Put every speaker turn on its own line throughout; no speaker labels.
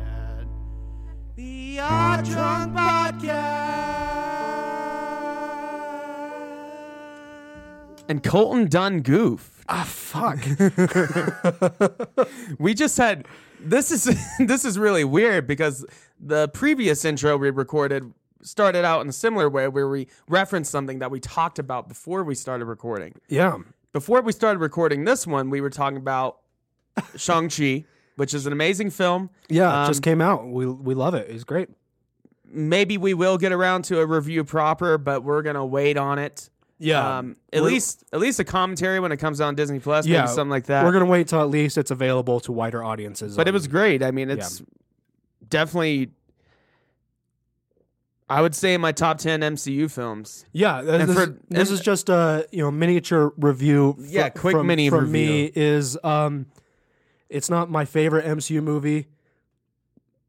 And the Odd Drunk Podcast.
And Colton Dunn goof.
Ah, fuck.
We just had this is this is really weird because the previous intro we recorded started out in a similar way where we referenced something that we talked about before we started recording.
yeah.
Before we started recording this one, we were talking about Shang-Chi, which is an amazing film.
Yeah,
Um,
it just came out. We we love it. It's great.
Maybe we will get around to a review proper, but we're going to wait on it. Um, at
We're-
least at least a commentary when it comes out on Disney Plus,
yeah,
maybe something like that.
We're gonna wait till at least it's available to wider audiences.
but it
on-
was great. I mean, it's definitely. I would say my top ten MCU films.
yeah. th-
and
This,
for-
this
and-
is just a you know miniature review. fr-
Yeah, quick
from,
mini
from
review.
me is um, it's not my favorite MCU movie,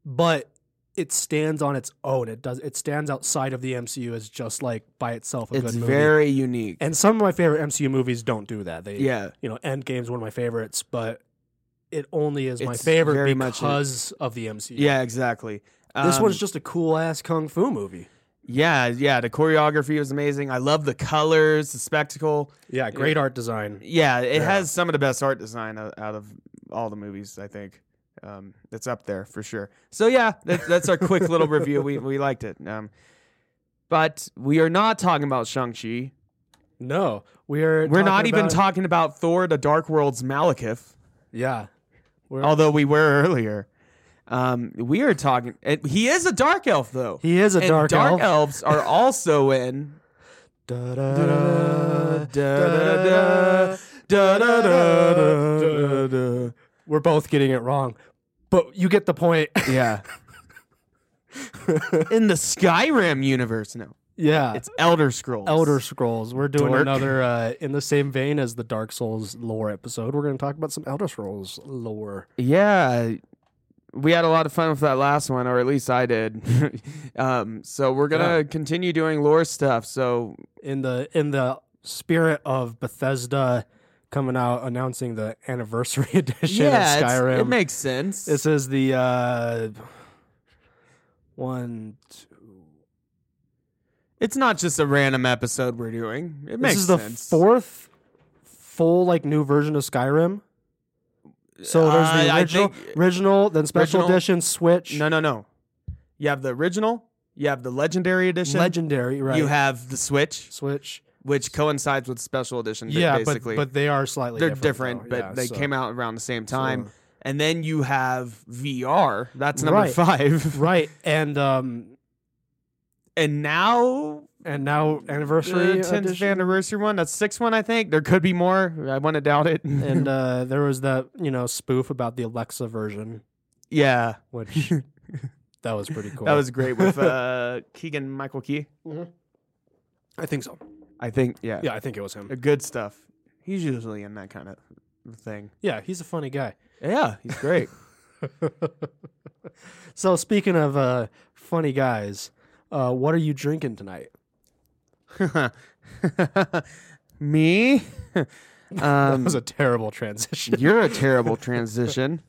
but it stands on its own. It does. It stands outside of the MCU as just like by itself a
It's
good movie.
very unique.
and some of my favorite MCU movies don't do that. They
yeah,
you know, Endgame's one of my favorites, but it only is my
It's
favorite
very much it.
because of the MCU.
yeah, exactly.
This
Um,
one's just a cool ass kung fu movie.
yeah, yeah. The choreography was amazing. I love the colors, the spectacle.
Yeah, great art design.
Yeah, it
Yeah.
has some of the best art design o- out of all the movies. I think um, it's up there for sure. So yeah, that, that's our quick little review. We we liked it. Um, but we are not talking about Shang Chi.
No, we're
We're not even
about-
talking about Thor: The Dark World's Malekith,
Yeah,
although we were earlier. Um, we are talking. and he is a dark elf, though.
he is a
and
dark, elf.
elves are also in.
Da-da-da,
da-da-da,
da-da-da, da-da-da, da-da-da. We're both getting it wrong, but you get the point.
Yeah. in the Skyrim universe, no,
yeah,
it's Elder Scrolls.
Elder Scrolls. We're doing
Dork.
another uh, in the same vein as the Dark Souls lore episode. We're going to talk about some Elder Scrolls lore.
Yeah. We had a lot of fun with that last one, or at least I did. um, so we're gonna
Yeah.
continue doing lore stuff. So
in the in the spirit of Bethesda coming out announcing the anniversary edition of
it's-
Skyrim.
it makes sense.
this is the uh, one. two-
It's not just a random episode we're doing. It
This
makes
is the
sense.
fourth full like new version of Skyrim. So there's
Uh,
the
I
original,
think-
original, then special
Original-
edition, Switch,
No, no, no. You have the original. You have the legendary edition.
legendary, right?
You have the Switch,
Switch.
which coincides with special edition. ba-
Yeah, but,
basically.
but they are slightly
they're
different,
different,
though.
but
Yeah,
they
so-
came out around the same time.
so-
And then you have VR. That's number
Right.
five.
right. And um,
And now
and now
the
anniversary
10th
edition.
anniversary one. That's six one, I think. There could be more. I want to doubt it.
and uh, there was that you know spoof about the Alexa version,
yeah,
which that was pretty cool.
that was great with uh, Keegan Michael Key.
I think so.
I think. Yeah. Uh,
Yeah, I think it was him.
Good stuff. He's usually in that kind of thing.
Yeah, he's a funny guy.
Yeah, he's great.
So speaking of uh, funny guys, uh, what are you drinking tonight?
Me?
That
um,
was a terrible transition.
you're a terrible transition.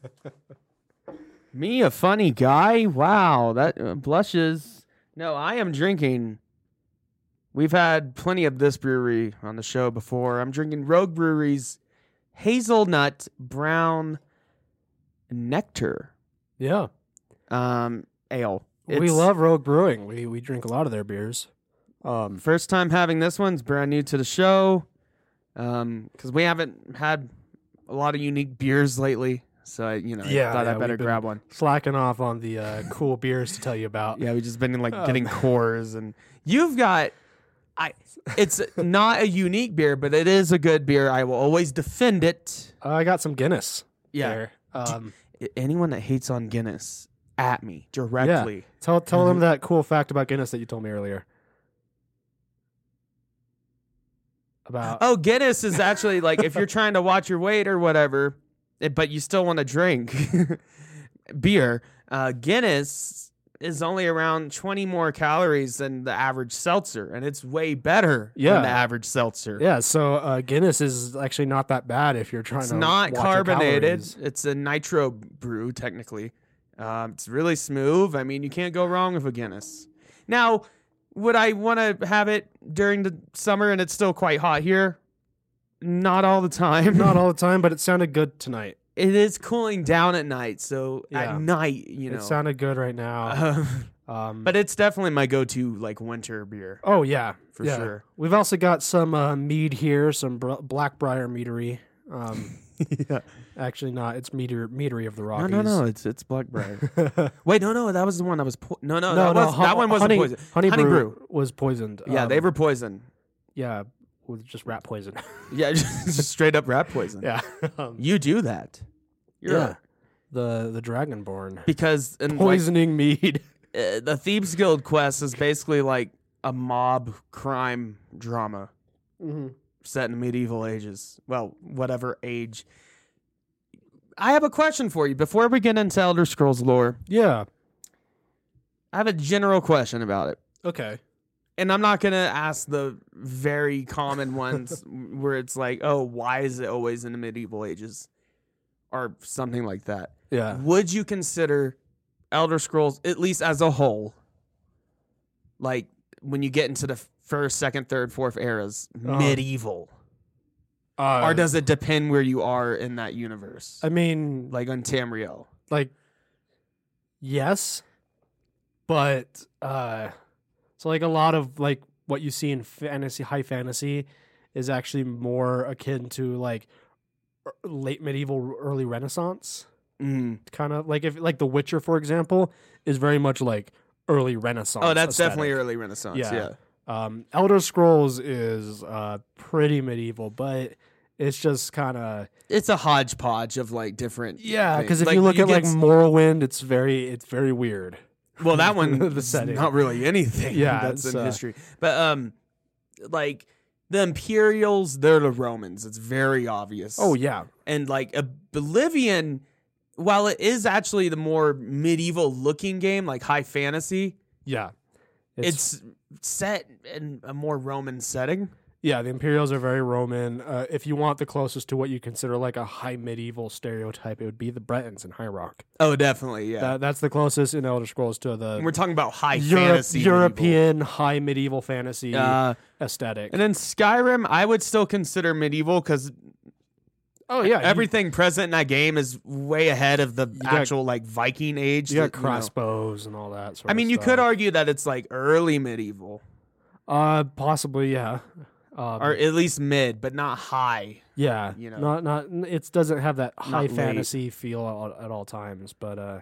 Me, a funny guy? Wow, that uh, blushes. No, I am drinking. We've had plenty of this brewery on the show before. I'm drinking Rogue Brewery's hazelnut brown nectar
Yeah,
um, ale.
we
It's-
love Rogue Brewing. We we drink a lot of their beers. Um,
First time having this one's brand new to the show, because we haven't had a lot of unique beers lately. So I, you know, I
Yeah,
thought
yeah,
I
we've
better
been-
grab one.
slacking off on the uh, cool beers to tell you about.
Yeah, we've just been like
Um,
getting cores, and Oh, you've got, I, it's not a unique beer, but it is a good beer. I will always defend it.
I got some Guinness.
Yeah,
there. Um,
I- anyone that hates on Guinness at me directly.
Tell tell them that cool fact about Guinness that you told me earlier. About
Oh, Guinness is actually like if you're trying to watch your weight or whatever, eh, but you still want to drink beer. Uh, Guinness is only around 20 more calories than the average seltzer, and it's way better
Yeah.
than the average seltzer.
yeah, so uh, Guinness is actually not that bad if you're trying
It's
to.
not
watch your
carbonated.
calories.
It's a nitro brew, technically. Um, it's really smooth. I mean, you can't go wrong with a Guinness. Now, would I want to have it during the summer and it's still quite hot here? Not all the time.
Not all the time, but it sounded good tonight.
it is cooling down at night, so
Yeah.
at night, you know.
It sounded good right now.
Um,
Um,
but it's definitely my go-to like winter beer.
oh yeah,
For
yeah.
sure.
We've also got some uh, mead here, some br- Blackbriar Meadery. Um,
yeah.
actually, not. It's meader, Meadery of the
No,
Rockies.
no, no. It's it's blackbriar.
no.
Wait, no, no. That was the one that was po- no, no,
no,
That, was,
Hon-
that one wasn't
honey,
poison.
Honey,
Honey
brew, was poisoned.
Yeah,
Um,
they were poison.
yeah with just rat poison.
Yeah, just, just straight up rat poison.
yeah, um,
You do that. You're
yeah.
a-
The the Dragonborn
Because in like,
poisoning mead.
uh, the Thieves Guild quest is basically like a mob crime drama Mm-hmm. set in the medieval ages. Well, whatever age. I have a question for you before we get into Elder Scrolls lore.
Yeah.
I have a general question about it.
Okay.
and I'm not gonna ask the very common ones where it's like, oh, why is it always in the medieval ages, or something like that.
Yeah.
Would you consider Elder Scrolls at least as a whole, like when you get into the first, second, third, fourth eras,
Uh-huh.
medieval,
Uh,
or does it depend where you are in that universe,
I mean
like on Tamriel?
like yes but uh so like a lot of like what you see in fantasy high fantasy is actually more akin to like er- late medieval early renaissance
Mm.
kind of like if like the witcher for example is very much like early renaissance
Oh, that's
aesthetic.
definitely early Renaissance.
Yeah.
Yeah.
um elder scrolls is uh pretty medieval but it's just kind of
it's a hodgepodge of like different.
yeah
things.
because if you look at
get
like
s-
morrowind it's very it's very weird
Well, that one
The
the
setting.
not really anything.
Yeah,
that's
it's,
in
uh,
history. But um, like the Imperials, they're the Romans. It's very obvious.
oh yeah
and like Oblivion, while it is actually the more medieval looking game, like high fantasy,
Yeah.
it's, set in a more Roman setting.
yeah, the Imperials are very Roman. Uh, if you want the closest to what you consider like a high medieval stereotype, it would be the Bretons in High Rock.
Oh, definitely. Yeah,
That, that's the closest in Elder Scrolls to
and we're
the
talking about high
Europe-
fantasy, medieval.
European high medieval fantasy
Uh,
aesthetic.
and then Skyrim, I would still consider medieval because
oh yeah,
everything present in that game is way ahead of the
got-
actual like Viking age.
You, you got
that, you know.
crossbows and all that. Sort
I mean,
of
you could
stuff.
argue that it's like early medieval
uh, possibly yeah, um,
or at least mid, but not high.
yeah.
you know.
not not it doesn't have that high
late.
fantasy feel at, at all times, but uh,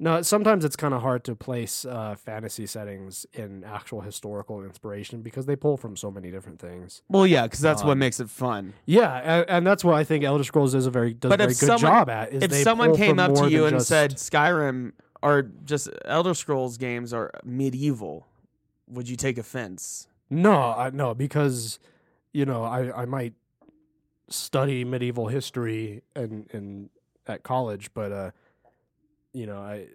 no, sometimes it's kind of hard to place uh, fantasy settings in actual historical inspiration because they pull from so many different things.
Well, yeah, because that's what
Um,
makes it fun.
Yeah, and, and that's what I think Elder Scrolls does a very does a
But
very
if
good
someone-
job at. Is
If
they
someone
pull from
came up
more
to you
than
and
just-
said Skyrim or just Elder Scrolls games are medieval, would you take offense?
"No, I, no," because you know I I might study medieval history and and at college, but uh, you know I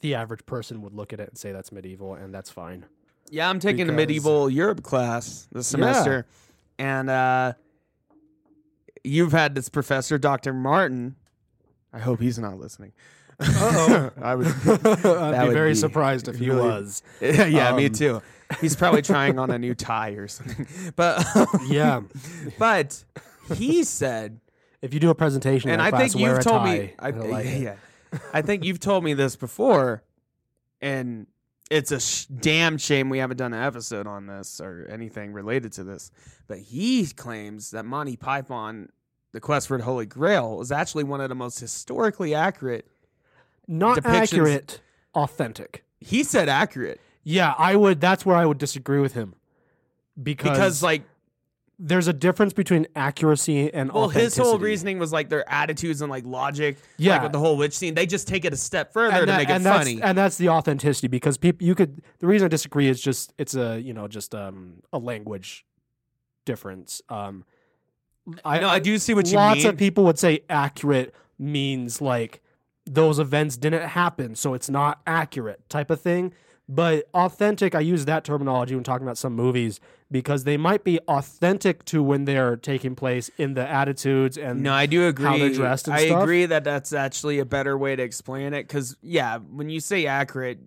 the average person would look at it and say that's medieval, and that's fine.
Yeah, I'm taking
Because-
a medieval Europe class this
Yeah.
semester, and uh, you've had this professor, Doctor Martin. I hope he's not listening.
Uh-oh.
I would.
I'd be
would
very
be
surprised if he
really-
was.
yeah, me
Um,
too. He's probably trying on a new tie or something. But
Yeah,
but he said,
if you do a presentation,
and
in
I
that class,
think
wear
you've
a
told
tie.
me, I,
I don't like it.
yeah, I think you've told me this before, and it's a sh- damn shame we haven't done an episode on this or anything related to this. But he claims that Monty Python. The Quest for the Holy Grail is actually one of the most historically accurate.
not
depictions-
accurate, authentic.
He said accurate
Yeah, I would. That's where I would disagree with him
because, like,
there's a difference between accuracy and
Well, his whole
authenticity.
reasoning was like their attitudes and like logic.
Yeah.
Like with the whole witch scene, they just take it a step further to
that-
make it
and that's-
funny.
and that's the authenticity because people you could the reason I disagree is just it's a you know just um a language difference. Um, I,
no, I do see what you
lots
mean.
of people would say accurate means like those events didn't happen, so it's not accurate type of thing. But authentic, I use that terminology when talking about some movies because they might be authentic to when they're taking place in the attitudes and
No, I do agree.
they're dressed and
I
stuff.
agree that that's actually a better way to explain it because, yeah, when you say accurate,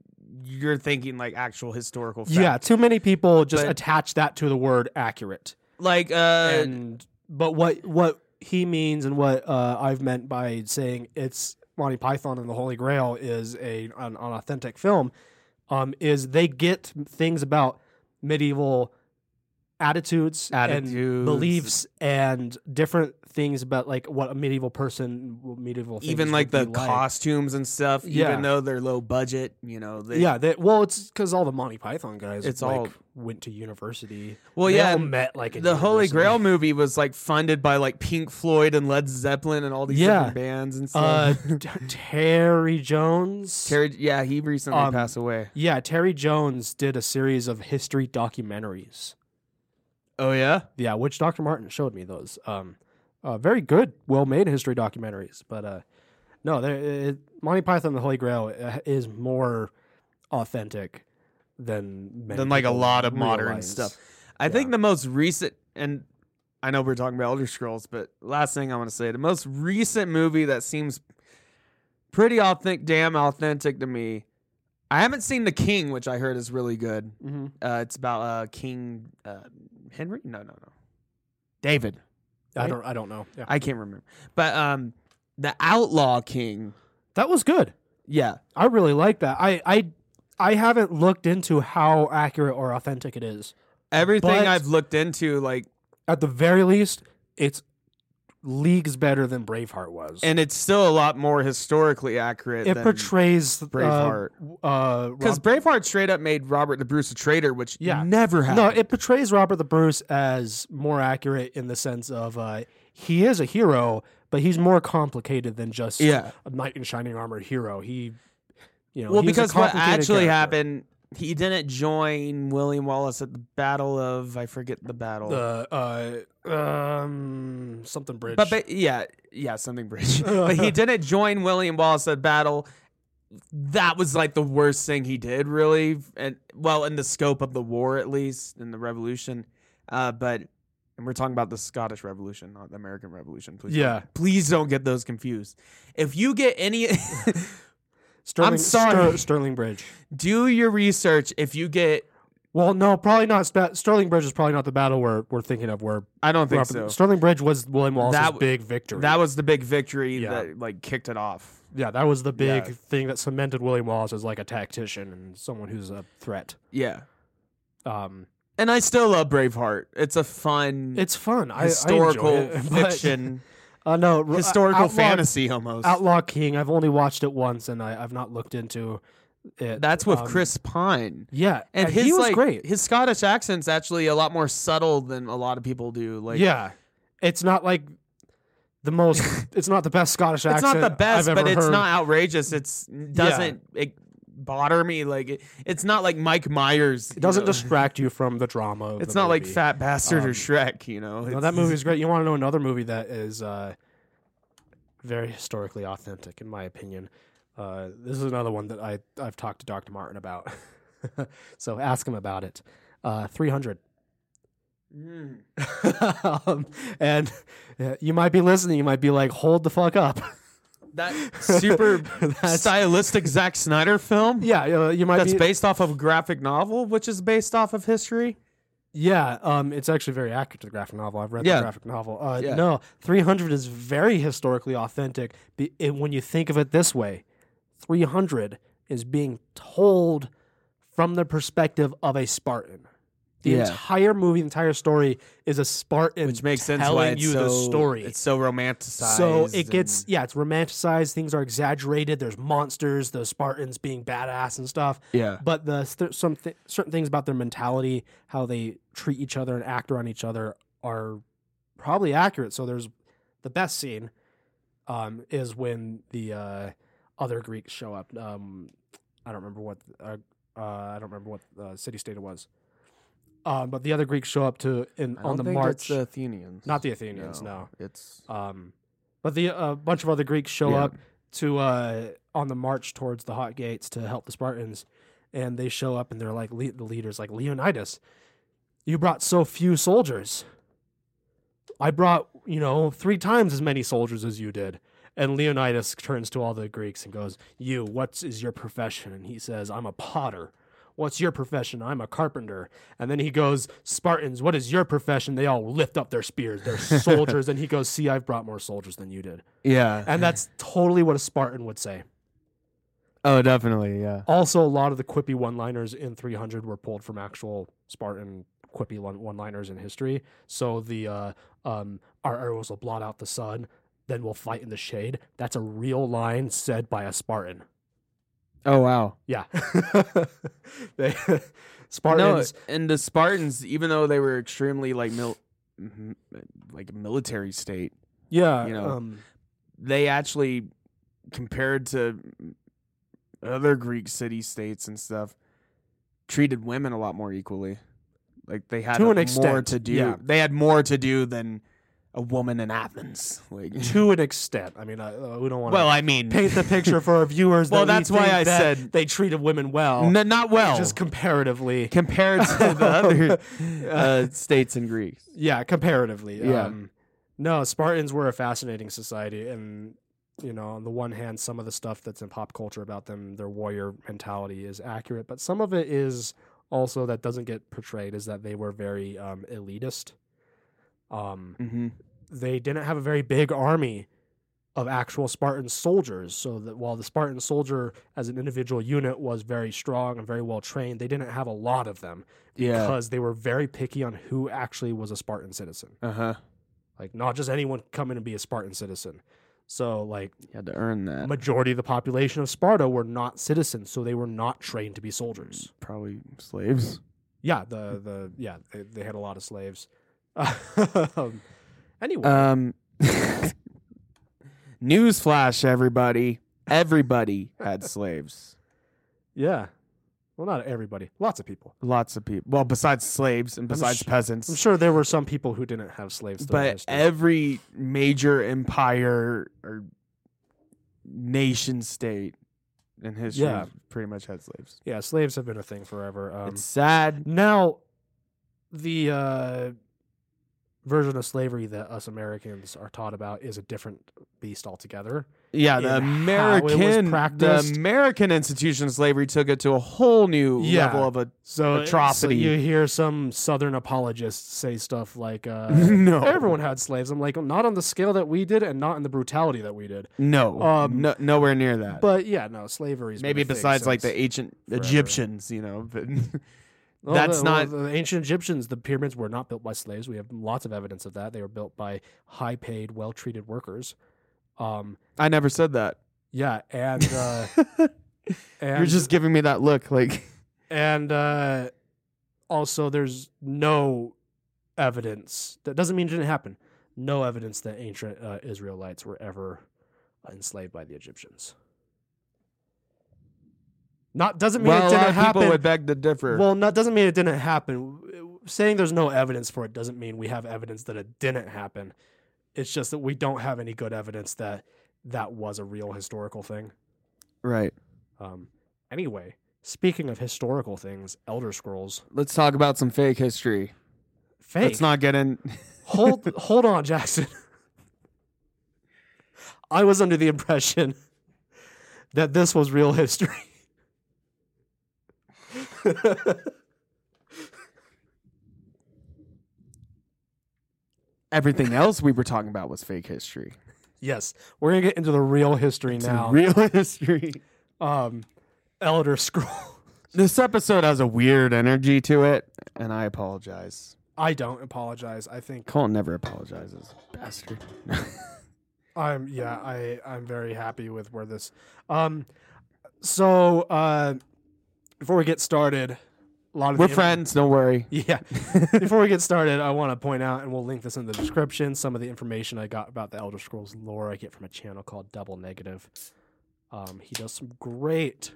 you're thinking like actual historical fact.
Yeah, too many people just
But-
attach that to the word accurate.
Like, uh,
And but what what he means and what uh, I've meant by saying it's Monty Python and the Holy Grail is a an, an authentic film um, is they get things about medieval attitudes,
Attitudes.
and beliefs and different things about like what a medieval person medieval things
even like the
would be
costumes and stuff,
Yeah.
even though they're low budget, you know. They,
yeah, they, well, it's because all the Monty Python guys.
It's
like,
all-
went to university.
Well,
They
yeah,
all
and
met like at
The Holy
university.
Grail movie was like funded by like Pink Floyd and Led Zeppelin and all these
Yeah.
different bands and
Uh,
stuff.
T- Terry Jones.
Terry, yeah, he recently
um,
passed away.
yeah, Terry Jones did a series of history documentaries.
Oh yeah,
Yeah, which Dr. Martin showed me those. Um, uh, very good, well-made history documentaries. But uh, no, there, it, Monty Python and the Holy Grail uh, is more authentic than many
than like a
people
lot of modern
realize.
stuff. I think the most recent, and I know we're talking about Elder Scrolls, but last thing I want to say, the most recent movie that seems pretty authentic, damn authentic to me. I haven't seen The King, which I heard is really good.
Mhm.
Uh, it's about uh, King uh, Henry. No, no, no, David.
I don't. I don't know. Yeah.
I can't remember, but um, the Outlaw King.
that was good.
Yeah,
I really like that. I I I haven't looked into how accurate or authentic it is.
everything
But-
I've looked into, like,
At the very least, it's leagues better than Braveheart was.
and it's still a lot more historically accurate.
it
than-
portrays uh,
Braveheart.
Because
Because Braveheart straight up made Robert the Bruce a traitor, which
Yeah.
never
no,
happened.
it portrays Robert the Bruce as more accurate in the sense of uh, he is a hero, but he's more complicated than just
yeah.
a knight in shining armor hero. He, you know,
Well,
he was a
because what
complicated
actually
character.
happened, he didn't join William Wallace at the Battle of I forget the battle,
the uh, um something bridge.
but, but yeah, yeah, something bridge. but he didn't join William Wallace at battle. That was like the worst thing he did, really, and well, in the scope of the war, at least in the Revolution. Uh, but and we're talking about the Scottish Revolution, not the American Revolution. Please, don't-
Yeah.
please don't get those confused. If you get any.
Sterling,
I'm sorry.
Ster- Sterling Bridge.
do your research if you get
Well, no, probably not. Spa- Sterling Bridge is probably not the battle we're we're thinking of. Where
i don't think
Robert-
so
Sterling Bridge was William Wallace's
That w-
big victory.
that was the big victory
Yeah.
that like kicked it off
yeah, that was the big
Yeah.
thing that cemented William Wallace as like a tactician and someone who's a threat.
yeah
Um,
and i still love braveheart it's a fun
it's fun. I-
historical
I, enjoy it, but-
fiction
Uh, no, r-
historical
Outlaw,
fantasy almost
Outlaw King. I've only watched it once, and I, I've not looked into it.
that's with
um,
chris pine
Yeah,
and, his
he was
like,
great.
his scottish accent's actually a lot more subtle than a lot of people do like
yeah, it's not like the most. it's not the best Scottish
it's
accent.
not the best
I've
but
ever
it's
heard.
not outrageous it's doesn't it bother me like it, it's not like mike myers
It doesn't distract you from the drama. Of
It's
the
not like
movie.
Fat Bastard or
Um,
Shrek, you know.
No,
It's-
that movie is great. You want to know another movie that is uh, very historically authentic, in my opinion. Uh, this is another one that I I've talked to Dr. Martin about, so ask him about it. Uh, Three hundred,
mm,
um, and uh, you might be listening. You might be like, "Hold the fuck up!"
That super
That's-
stylistic Zack Snyder film
yeah, you, know, you might
that's
be.
based off of a graphic novel, which is based off of history.
Yeah, um, it's actually very accurate to the graphic novel. I've read
Yeah.
the graphic novel. Uh,
Yeah.
No, 300 is very historically authentic. be- and when you think of it this way, 300 is being told from the perspective of a Spartan. The
Yeah.
entire movie, the entire story is a Spartan,
Which makes sense
telling
why it's
you
so,
the story.
It's so romanticized.
So it gets
and-
yeah, it's romanticized. Things are exaggerated. There's monsters, the Spartans being badass and stuff.
Yeah.
But the th- some th- certain things about their mentality, how they treat each other and act around each other, are probably accurate. So there's the best scene um, is when the uh, other Greeks show up. Um, I don't remember what uh, uh, I don't remember what uh, city state it was, um, but the other Greeks show up to in
I
on
don't
the
think
march.
It's the Athenians.
Not the Athenians, no.
It's
Um, but the a bunch of other Greeks show
Yeah.
up to uh, on the march towards the hot gates to help the Spartans, and they show up and they're like le- the leaders like Leonidas, you brought so few soldiers. I brought you know three times as many soldiers as you did. And Leonidas turns to all the Greeks and goes, "You, what is your profession?" And he says, "I'm a potter." What's your profession? I'm a carpenter. And then he goes, Spartans, what is your profession? They all lift up their spears. They're soldiers. and he goes, See, I've brought more soldiers than you did.
yeah.
And that's totally what a Spartan would say.
oh, definitely. Yeah.
Also, a lot of the quippy one liners in 300 were pulled from actual Spartan quippy one liners in history. So the uh, um, our arrows will blot out the sun, then we'll fight in the shade. That's a real line said by a Spartan.
Oh wow.
Yeah. they, Spartans.
No, and the Spartans, even though they were extremely like mil- mhm, like military state,
yeah.
you know,
um,
they actually compared to other Greek city states and stuff, treated women a lot more equally. Like they had
To an
more
extent,
to do.
yeah.
They had more to do than a woman in Athens. Like,
to an extent. I mean, I, uh, we don't want to
well, I mean,
paint the picture for our viewers.
Well,
that we
that's why
think
I
that
said-
they treated women well,
n- not well
just comparatively.
compared to the other uh, states in Greece.
yeah, comparatively.
Yeah.
Um, no, Spartans were a fascinating society, and you know, on the one hand, some of the stuff that's in pop culture about them, their warrior mentality, is accurate, but some of it is also that doesn't get portrayed is that they were very um, elitist. Um,
hmm
they didn't have a very big army of actual Spartan soldiers. So that while the Spartan soldier as an individual unit was very strong and very well trained, they didn't have a lot of them
Yeah.
because they were very picky on who actually was a Spartan citizen.
Uh huh.
Like not just anyone could come in and be a Spartan citizen. So like
You had to earn that.
majority of the population of Sparta were not citizens, so they were not trained to be soldiers.
Probably slaves.
Yeah, the the yeah, they, they had a lot of slaves. anyway,
Um, newsflash, everybody! Everybody had slaves.
yeah. Well, not everybody. Lots of people.
Lots of people. Well, besides slaves and besides
sh- I'm
peasants,
sure there were some people who didn't have slaves. throughout
but
history.
every major empire or nation state in history
Yeah.
pretty much had slaves.
yeah, slaves have been a thing forever. Um,
it's sad.
now, the uh, version of slavery that us Americans are taught about is a different beast altogether.
Yeah, the
in how it was
American, the
practiced.
American institution of slavery took it to a whole new
Yeah.
level of a
So so
Atrocity.
you hear some Southern apologists say stuff like, uh,
No.
everyone had slaves." I'm like, not on the scale that we did, and not in the brutality that we did.
no,
Um,
no, nowhere near that.
But yeah, no, slavery.
Maybe besides like the ancient
forever.
Egyptians, you know, but that's not-
the ancient Egyptians. The pyramids were not built by slaves. We have lots of evidence of that. They were built by high-paid, well-treated workers. Um,
I never said that.
yeah, and uh, and
You're just giving me that look like
and uh, also there's no evidence. That doesn't mean it didn't happen. No evidence that ancient uh, Israelites were ever enslaved by the Egyptians. Not doesn't mean
well,
it
a
didn't
lot of
happen.
people would beg to differ.
Well, not doesn't mean it didn't happen. Saying there's no evidence for it doesn't mean we have evidence that it didn't happen. It's just that we don't have any good evidence that that was a real historical thing.
right.
Um, anyway, speaking of historical things, Elder Scrolls.
Let's talk about some fake history.
Fake.
Let's not get in
hold hold on, Jackson. I was under the impression that this was real history.
everything else we were talking about was fake history.
yes, we're gonna get into the real history now.
Real history.
um, Elder Scroll.
This episode has a weird energy to it, and I apologize.
I don't apologize. I think
Colin never apologizes, bastard.
I'm yeah, I I'm very happy with where this um so uh before we get started, a lot of
We're
the-
friends. Don't worry.
Yeah. Before we get started, I want to point out, and we'll link this in the description, some of the information I got about the Elder Scrolls lore I get from a channel called Double Negative. Um, he does some great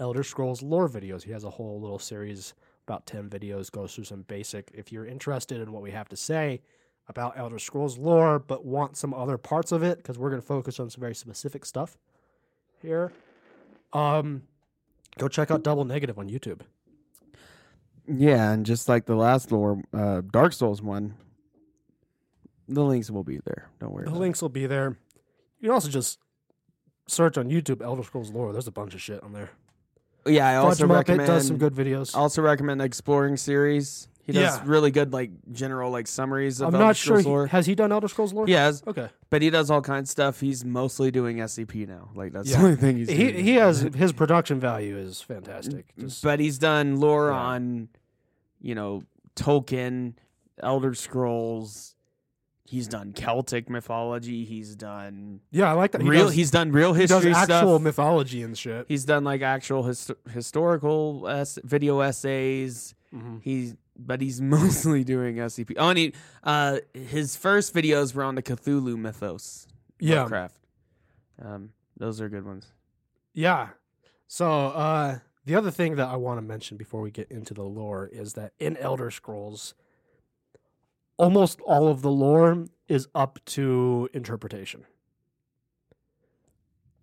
Elder Scrolls lore videos. He has a whole little series, about 10 videos, goes through some basic. If you're interested in what we have to say about Elder Scrolls lore, but want some other parts of it, because we're going to focus on some very specific stuff here, um, go check out Double Negative on YouTube.
Yeah, and just like the last lore, uh, Dark Souls one, the links will be there. Don't worry.
The
about it.
links will be there. You can also just search on YouTube Elder Scrolls lore. There's a bunch of shit on there.
Yeah, I
Fudge
also
Muppet
recommend.
does some good videos.
I also recommend the exploring series. He does
Yeah.
really good like general like summaries of
I'm
Elder
not sure.
Scrolls
He,
lore.
has he done Elder Scrolls lore?
He has,
Okay.
but he does all kinds of stuff. He's mostly doing SCP now. Like that's
Yeah.
the only thing he's
He
doing. Mm,
he has his production value is fantastic. Just
but he's done lore
Yeah.
on, you know, Tolkien, Elder Scrolls. He's done Celtic mythology. He's done
yeah, I like that. He
real.
does,
he's done real
he does
history
actual
stuff.
mythology and shit.
he's done like actual hist- historical es- video essays.
Mhm.
He's but he's mostly doing SCP. Oh, and he, uh, his first videos were on the Cthulhu mythos.
Yeah,
Lovecraft. Um, those are good ones.
yeah. So uh, the other thing that I want to mention before we get into the lore is that in Elder Scrolls, almost all of the lore is up to interpretation.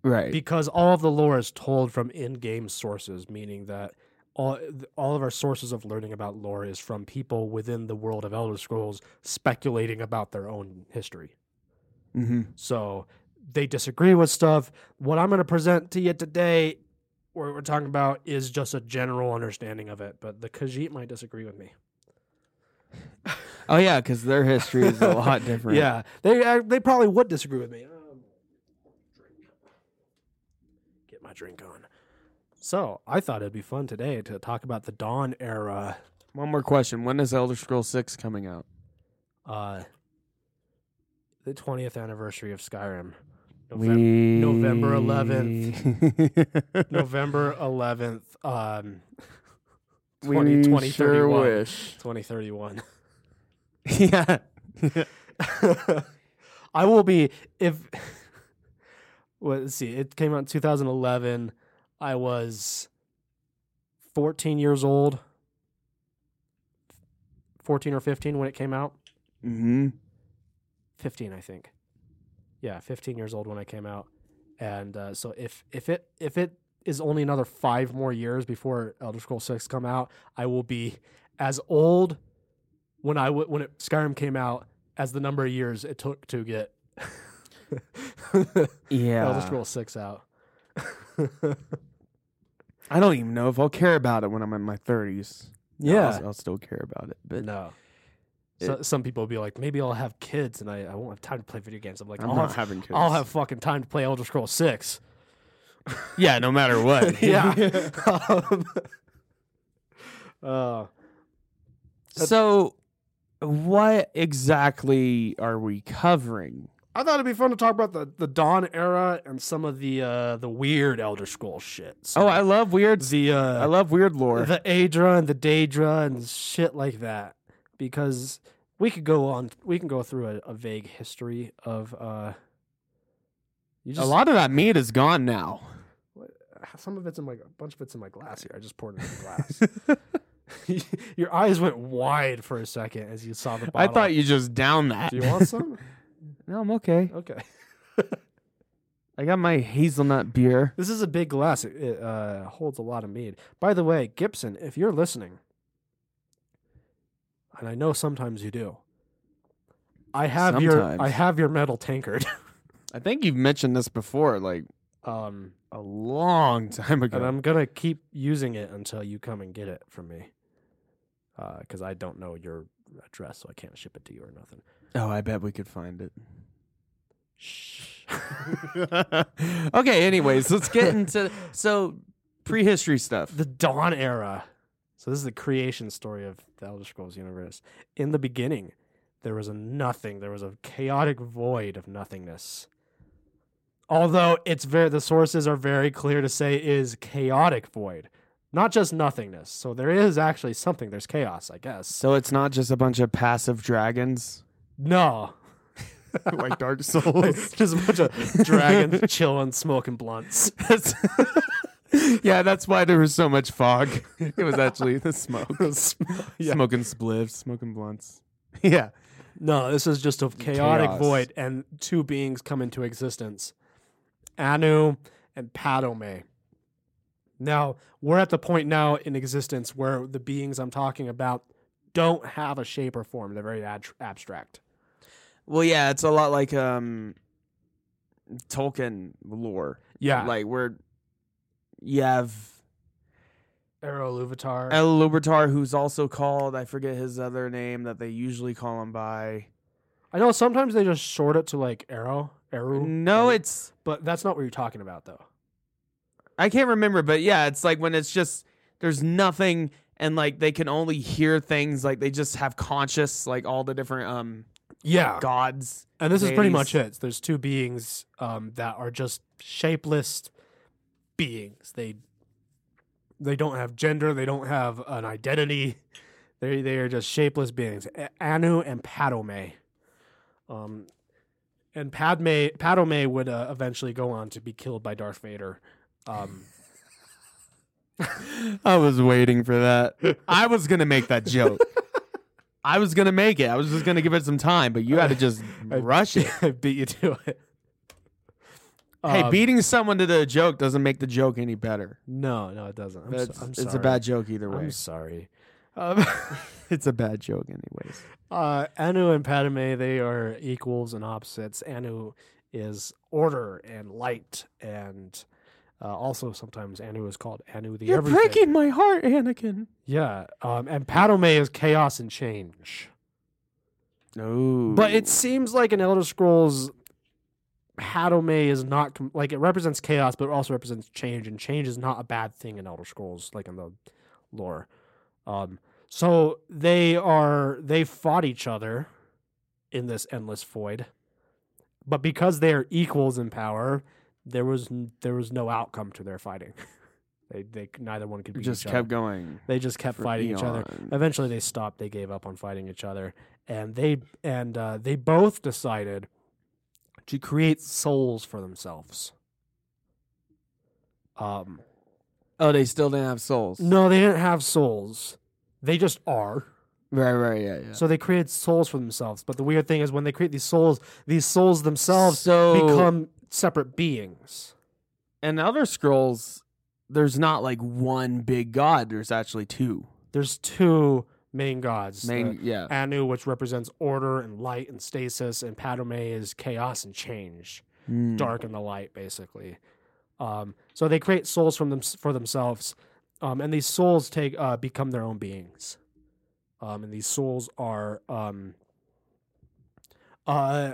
Right.
because all of the lore is told from in-game sources, meaning that all all of our sources of learning about lore is from people within the world of Elder Scrolls speculating about their own history.
mm-hmm.
So they disagree with stuff. What I'm going to present to you today, what we're talking about, is just a general understanding of it. But the Khajiit might disagree with me.
Oh yeah, because their history is a lot different.
Yeah, they uh, they probably would disagree with me. Um, Get my drink on. So I thought it'd be fun today to talk about the Dawn era.
One more question: When is Elder Scrolls Six coming out?
Uh, the twentieth anniversary of Skyrim, November
We...
November 11th. November eleventh, um,
we
20, 20,
sure
31.
wish.
twenty thirty one.
yeah.
I will be if. well, let's see. It came out in 2011. I was 14 years old, 14 or 15 when it came out.
Mm-hmm.
15, I think. Yeah, 15 years old when I came out, and uh, so if if it if it is only another five more years before Elder Scrolls Six come out, I will be as old when I w- when it, Skyrim came out as the number of years it took to get
Yeah.
Elder Scrolls Six out.
I don't even know if I'll care about it when I'm in my thirties.
Yeah.
I'll, I'll still care about it, but
no. So, some people will be like, maybe I'll have kids and I, I won't have time to play video games. I'm like,
I'm
I'll
not
have,
having kids.
I'll have fucking time to play Elder Scrolls Six.
yeah, no matter what.
yeah. um, uh,
so, what exactly are we covering?
I thought it'd be fun to talk about the, the Dawn era and some of the uh, the weird Elder Scroll shit. So
Oh, I love weird.
the
I
uh,
love weird lore.
the Adra and the Daedra and shit like that because we could go on. We can go through a, a vague history of. Uh, you
a
just,
lot of that meat is gone now.
Some of it's in my a bunch of it's in my glass here. I just poured it in the glass. Your eyes went wide for a second as you saw the
I
bottle.
thought you just downed that.
Do you want some?
no, I'm okay.
Okay.
I got my hazelnut beer.
This is a big glass. It, it uh, holds a lot of mead. By the way, Gibson, if you're listening, and I know sometimes you do, I have
Sometimes.
your I have your metal tankard.
I think you've mentioned this before, like
um,
a long time ago.
and I'm gonna keep using it until you come and get it from me, because I don't know your address, so I can't ship it to you or nothing.
oh, I bet we could find it.
Shh.
okay, anyways, let's get into so prehistory stuff.
the Dawn Era. So this is the creation story of the Elder Scrolls universe. In the beginning, there was a nothing. There was a chaotic void of nothingness. Although it's very the sources are very clear to say is chaotic void. not just nothingness. So there is actually something. There's chaos, I guess.
So it's not just a bunch of passive dragons
no,
like Dark Souls.
just a bunch of dragons chilling, smoking blunts.
That's- yeah, that's why there was so much fog. It was actually the smoke.
yeah.
Smoking spliffs, smoking blunts. Yeah.
No, this is just a chaotic
Chaos.
void, and two beings come into existence Anu and Padome. Now, we're at the point now in existence where the beings I'm talking about don't have a shape or form. They're very ad- abstract.
Well, yeah, it's a lot like um Tolkien lore.
Yeah. Like
Like where you have
Aero Luvatar.
El Lubertar, who's also called I forget his other name that they usually call him by.
I know sometimes they just short it to like Arrow, Arrow.
No, it's
But that's not what you're talking about, though.
I can't remember, but yeah, it's like when it's just there's nothing and like they can only hear things like they just have conscious like all the different um
Yeah.
gods.
And this is pretty
Ladies.
much it. There's two beings um, that are just shapeless beings. They they don't have gender. They don't have an identity. They they are just shapeless beings. A- Anu and Padome. Um, and Padme Padome would uh, eventually go on to be killed by Darth Vader. Um,
I was waiting for that. I was gonna make that joke. I was gonna make it. I was just gonna give it some time, but you had to just rush it.
I beat you to it.
hey,
Um,
beating someone to the joke doesn't make the joke any better.
No, no, it doesn't. I'm, so-
That's,
I'm
it's a
sorry.
bad joke either way.
I'm sorry. Um,
it's a bad joke anyways.
Uh, Anu and Padme, they are equals and opposites. Anu is order and light, and uh, also sometimes Anu is called Anu the
You're
Everything.
breaking my heart, Anakin.
Yeah, um, and Padme is chaos and change.
No,
But it seems like in Elder Scrolls, Padme is not com- like it represents chaos, but it also represents change, and change is not a bad thing in Elder Scrolls, like in the lore. Um, so they are they fought each other in this endless void, but because they are equals in power, there was n- there was no outcome to their fighting. they they neither one could
You
beat
just
each
kept
other.
going.
They just kept
for
fighting each other.
eons.
Eventually, they stopped. They gave up on fighting each other, and they and uh, they both decided to create souls for themselves. Um,
Oh, they still didn't have souls.
no, they didn't have souls. They just are.
Right, right, yeah, yeah.
So they created souls for themselves. But the weird thing is, when they create these souls, these souls themselves
So-
become separate beings.
and other scrolls, there's not like one big god. There's actually two
There's two main gods. the-
main. yeah,
Anu, which represents order and light and stasis, and Padme is chaos and change,
Hmm.
dark and the light, basically. Um, so they create souls from them for themselves, um, and these souls take uh, become their own beings, um, and these souls are um, uh,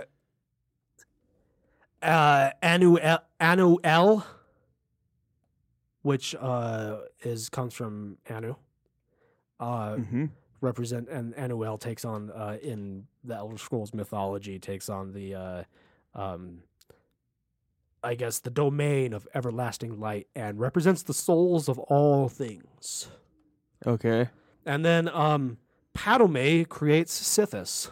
uh, Anu El, Anu El, which uh, is comes from Anu. Uh,
Mhm.
represent and Anuel takes on uh, in the Elder Scrolls mythology takes on the uh, um, I guess the domain of everlasting light and represents the souls of all things.
Okay.
And then um, Padome creates Sithis,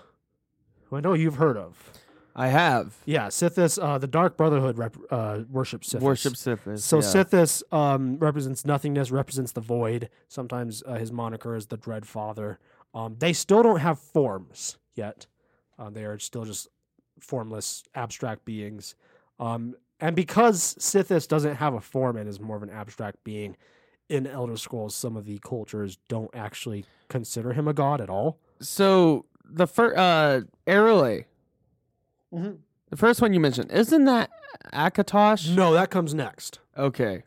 who I know you've heard of.
I have
Yeah, Sithis, uh, the Dark Brotherhood rep- uh, worships Sithis.
worship Sithis.
So
yeah.
Sithis um, represents nothingness, represents the void. Sometimes uh, his moniker is the Dread Father. Um, they still don't have forms yet. Uh, they are still just formless, abstract beings. Um, and because Sithis doesn't have a form and is more of an abstract being, in Elder Scrolls, some of the cultures don't actually consider him a god at all.
So the first uh Arale,
Mhm.
the first one you mentioned, isn't that Akatosh?
No, that comes next.
Okay.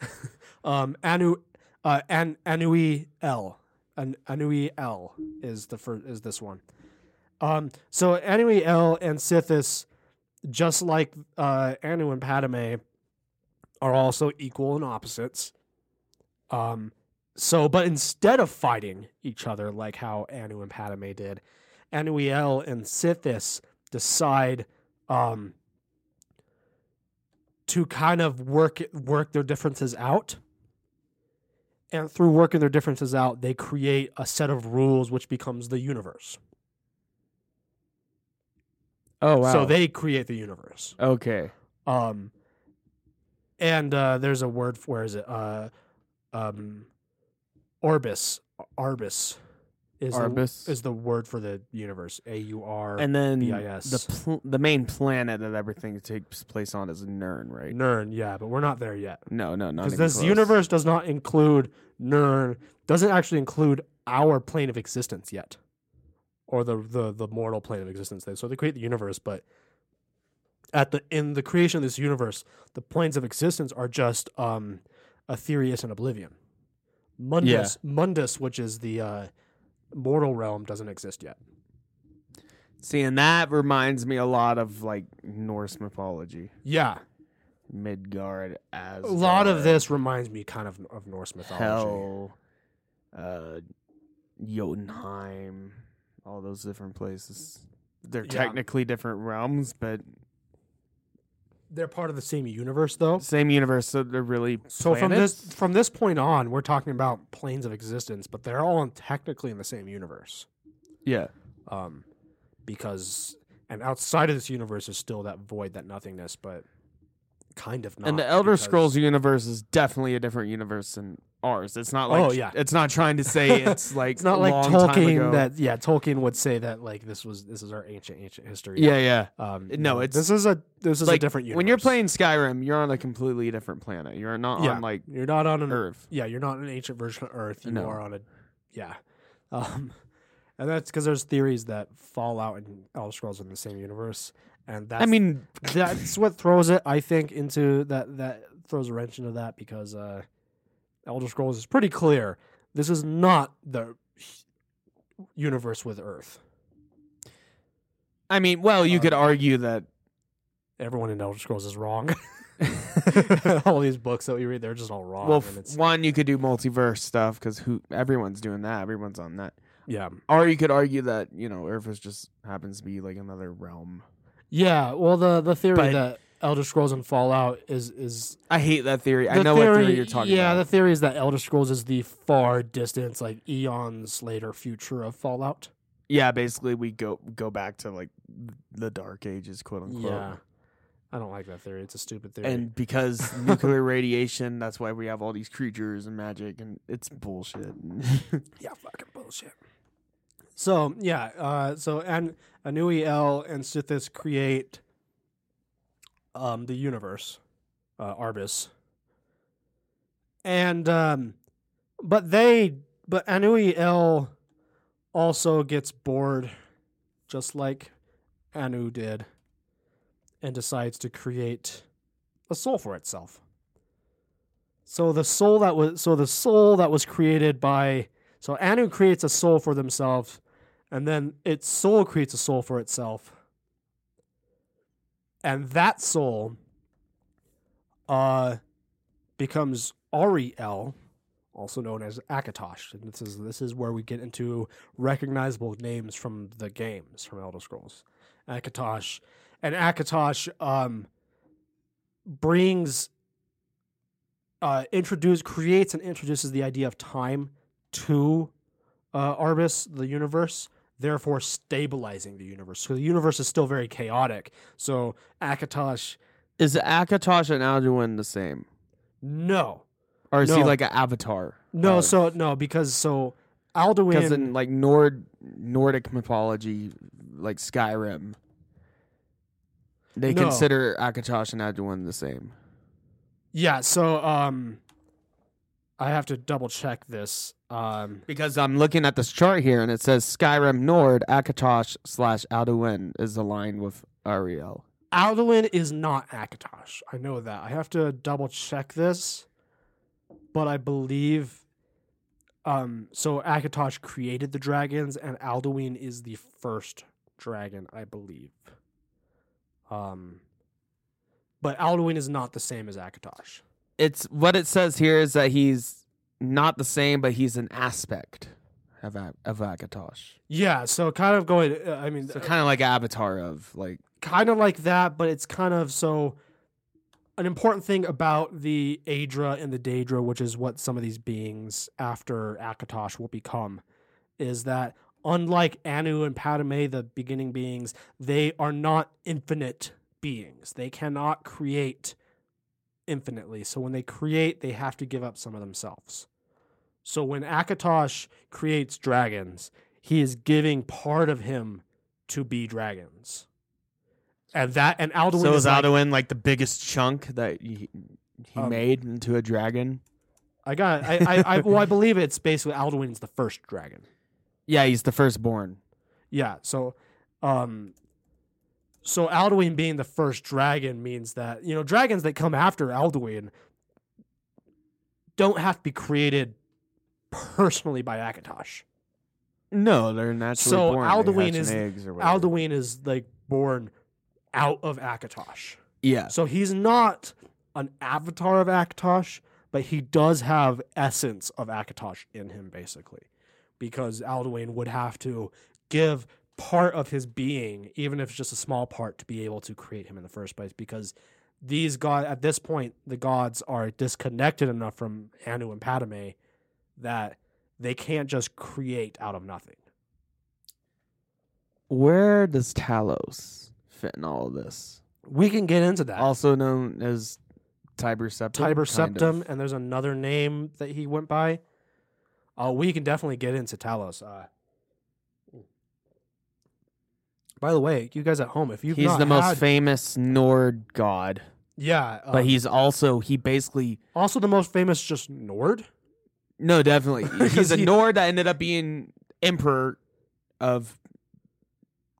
Um, Anu, uh, An Anui L, An Anui L is the first is this one. Um, so Anui L and Sithis, just like uh, Anu and Padme, are also equal and opposites. Um, so but instead of fighting each other like how Anu and Padme did, Anui L and Sithis decide. Um, to kind of work work their differences out and through working their differences out, they create a set of rules which becomes the universe.
Oh wow.
So they create the universe.
okay.
Um, and uh, there's a word for where is it? Uh, um, Orbis. Arbis is
Arbus.
The, is the word for the universe. A U R.
And then the
BIS.
pl- the main planet that everything takes place on is Nern, right?
Nern. Yeah, but we're not there yet
No, no, not
because
even
this
close.
universe does not include Nern. Doesn't actually include our plane of existence yet, or the the the mortal plane of existence. They so they create the universe, but at the in the creation of this universe, the planes of existence are just um, Aetherius and Oblivion. Mundus, Mundus, which is the uh, mortal realm, doesn't exist yet.
See, and that reminds me a lot of like Norse mythology,
Yeah,
Midgard, as
a lot of this reminds me kind of of Norse mythology.
Hell, uh, Jotunheim, all those different places. They're
Yeah.
technically different realms, but
They're part of the same universe, though.
same universe. So they're really
So from
planets?
this from this point on, we're talking about planes of existence, but they're all in, technically in the same universe.
yeah,
Um, because and outside of this universe is still that void, that nothingness, but kind of not.
and the Elder
because-
Scrolls universe is definitely a different universe than ours. It's not like
Oh, yeah.
it's not trying to say it's like
It's not like
long time
Tolkien
ago.
that yeah, Tolkien would say that like this was this is our ancient ancient history.
yeah yeah.
Um,
No, it's-
this is a this is
like
a different universe.
When you're playing Skyrim, you're on a completely different planet. You're not
yeah,
on like
you're not on an
Earth.
yeah, you're not an ancient version of Earth. You
No.
are on a, yeah, um, and that's because there's theories that Fallout and Elder Scrolls are in the same universe, and that's
I mean,
that's what throws it. I think into that that throws a wrench into that because uh, Elder Scrolls is pretty clear. This is not the universe with Earth.
I mean, well, you
Uh,
could argue that
Everyone in Elder Scrolls is wrong. all these books that we read, they're just all wrong.
well, f-
and it's,
one you could do multiverse stuff because who everyone's doing that, everyone's on that.
yeah.
Or you could argue that you know Earth is just happens to be like another realm.
Yeah, well, the the theory
But-
that Elder Scrolls and Fallout is is
I hate that theory. I
the
know what theory you're talking
yeah,
about.
the theory is that Elder Scrolls is the far distance, like eons later future of Fallout.
yeah, basically we go go back to like the Dark Ages, quote unquote.
Yeah, I don't like that theory. It's a stupid theory.
And because nuclear radiation, that's why we have all these creatures and magic, and it's bullshit.
yeah, fucking bullshit. So yeah, uh, so and Anui El and Sithis create um, the universe, uh, Arbis, and um, but they but Anui El also gets bored, just like Anu did, and decides to create a soul for itself. So the soul that was so the soul that was created by so Anu creates a soul for themselves, and then its soul creates a soul for itself. And that soul uh becomes Ariel, also known as Akatosh. And this is this is where we get into recognizable names from the games from Elder Scrolls. Akatosh. And Akatosh um brings uh introduce creates and introduces the idea of time to uh, Arbus, the universe, therefore stabilizing the universe. So the universe is still very chaotic. So Akatosh,
Is Akatosh and Alduin the same?
no,
Or is he
No.
like an avatar?
no,
of-
so no, because so
because
Alduin,
Oh. in like Nord Nordic mythology, like Skyrim, they
No.
consider Akatosh and Alduin the same.
yeah. So um, I have to double check this. Um,
Because I'm looking at this chart here, and it says Skyrim Nord Akatosh slash Alduin is aligned with Ariel.
Alduin is not Akatosh. I know that. I have to double check this, but I believe. Um, so Akatosh created the dragons, and Alduin is the first dragon, I believe. Um, but Alduin is not the same as Akatosh.
It's what it says here is that he's not the same, but he's an aspect of A- of Akatosh.
Yeah, so kind of going. Uh, I mean,
So kind of like avatar of like
kind of like that, but it's kind of so an important thing about the Aedra and the Daedra, which is what some of these beings after Akatosh will become, is that unlike Anu and Padme, the beginning beings, they are not infinite beings. They cannot create infinitely. So when they create, they have to give up some of themselves. So when Akatosh creates dragons, he is giving part of him to be dragons. And that and Alduin
so
is
is
like-
Alduin like the biggest chunk that he, he
Um,
made into a dragon?
I got. I. I, I well, I believe it's basically Alduin's the first dragon.
Yeah, he's the firstborn.
Yeah. So, um, so Alduin being the first dragon means that you know dragons that come after Alduin don't have to be created personally by Akatosh.
No, they're naturally
So
born.
Alduin
they hatch in
is-
eggs or whatever.
Alduin is like born out of Akatosh.
Yeah,
So he's not an avatar of Akatosh, but he does have essence of Akatosh in him, basically, because Alduin would have to give part of his being, even if it's just a small part, to be able to create him in the first place. Because these god at this point, the gods are disconnected enough from Anu and Padme that they can't just create out of nothing.
where does Talos fit in all of this?
We can get into that.
Also known as Tiber Septum.
Tiber
kind of.
Septum, and there's another name that he went by. Uh, we can definitely get into Talos. Uh, by the way, you guys at home, if you've
He's
not
the most
had-
famous Nord god,
yeah, um,
but he's also he basically
also the most famous just Nord.
no, definitely
'Cause
he's a
he-
Nord that ended up being emperor of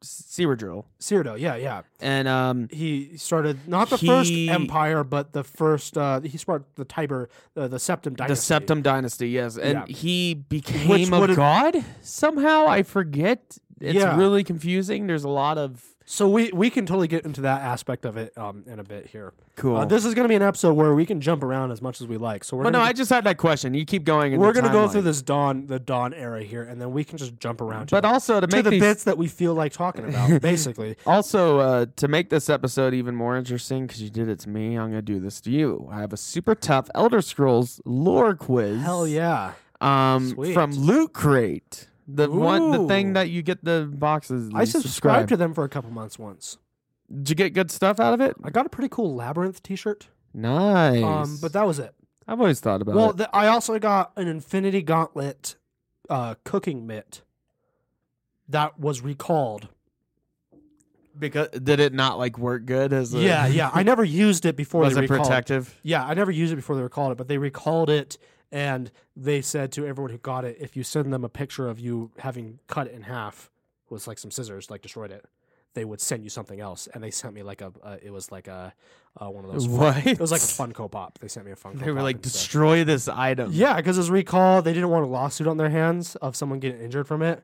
Cyrodiil,
Cyrodiil, yeah, yeah.
and um,
He started not the first
He-
empire, but the first. Uh, he started the Tiber, uh, the Septum dynasty.
the Septum Dynasty. Yes, and
Yeah.
he became
Which
a
would've-
god somehow. I forget. It's
Yeah.
really confusing. There's a lot of
So we we can totally get into that aspect of it um, in a bit here.
cool.
Uh, this is going to be an episode where we can jump around as much as we like. So we're
but no,
gonna
I just had that question. You keep going. in
we're
the
gonna go through
timeline.
this dawn the dawn era here and then we can just jump around to,
But
the-
also to
to
make
the
these,
bits that we feel like talking about basically
also uh, to make this episode even more interesting, because you did it to me, I'm gonna do this to you. I have a super tough Elder Scrolls lore quiz.
hell yeah
Um,
Sweet.
from Loot Crate, the one, the
Ooh.
thing that you get the boxes.
i subscribed to them for a couple months once
Did you get good stuff out of it?
i got a pretty cool labyrinth t-shirt
Nice.
um, but that was it
I've always thought about
well
it.
th- i also got an infinity gauntlet uh, cooking mitt that was recalled
Because did it not like work good as a,
yeah yeah i never used it before
was
they
it
recalled
protective?
Yeah, I never used it before they recalled it, but they recalled it and they said to everyone who got it, if you send them a picture of you having cut it in half with like some scissors, like destroyed it, they would send you something else. And they sent me like a, uh, it was like a uh, one of those. Fun,
What?
it was like a Funko Pop. They sent me a Funko.
They were
Pop
like
instead.
destroy this item.
Yeah, because it was recalled. They didn't want a lawsuit on their hands of someone getting injured from it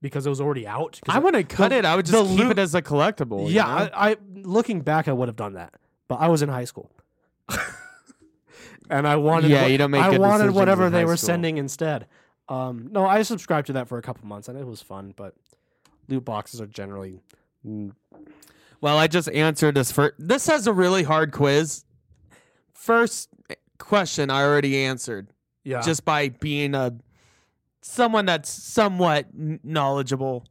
because it was already out. 'Cause
I
it-
want to cut
the-
it. I would
the
just keep
loot-
it as a collectible. you
Yeah,
know?
I, I looking back, I would have done that, but I was in high school, and I wanted.
Yeah,
what-
you don't make
I
good
wanted
decisions
whatever
in
they
high
were
school.
sending instead. Um, no, I subscribed to that for a couple months, and it was fun. But loot boxes are generally
Well, I just answered this first. This has a really hard quiz. First question I already answered
yeah. Just
just by being a someone that's somewhat kn- knowledgeable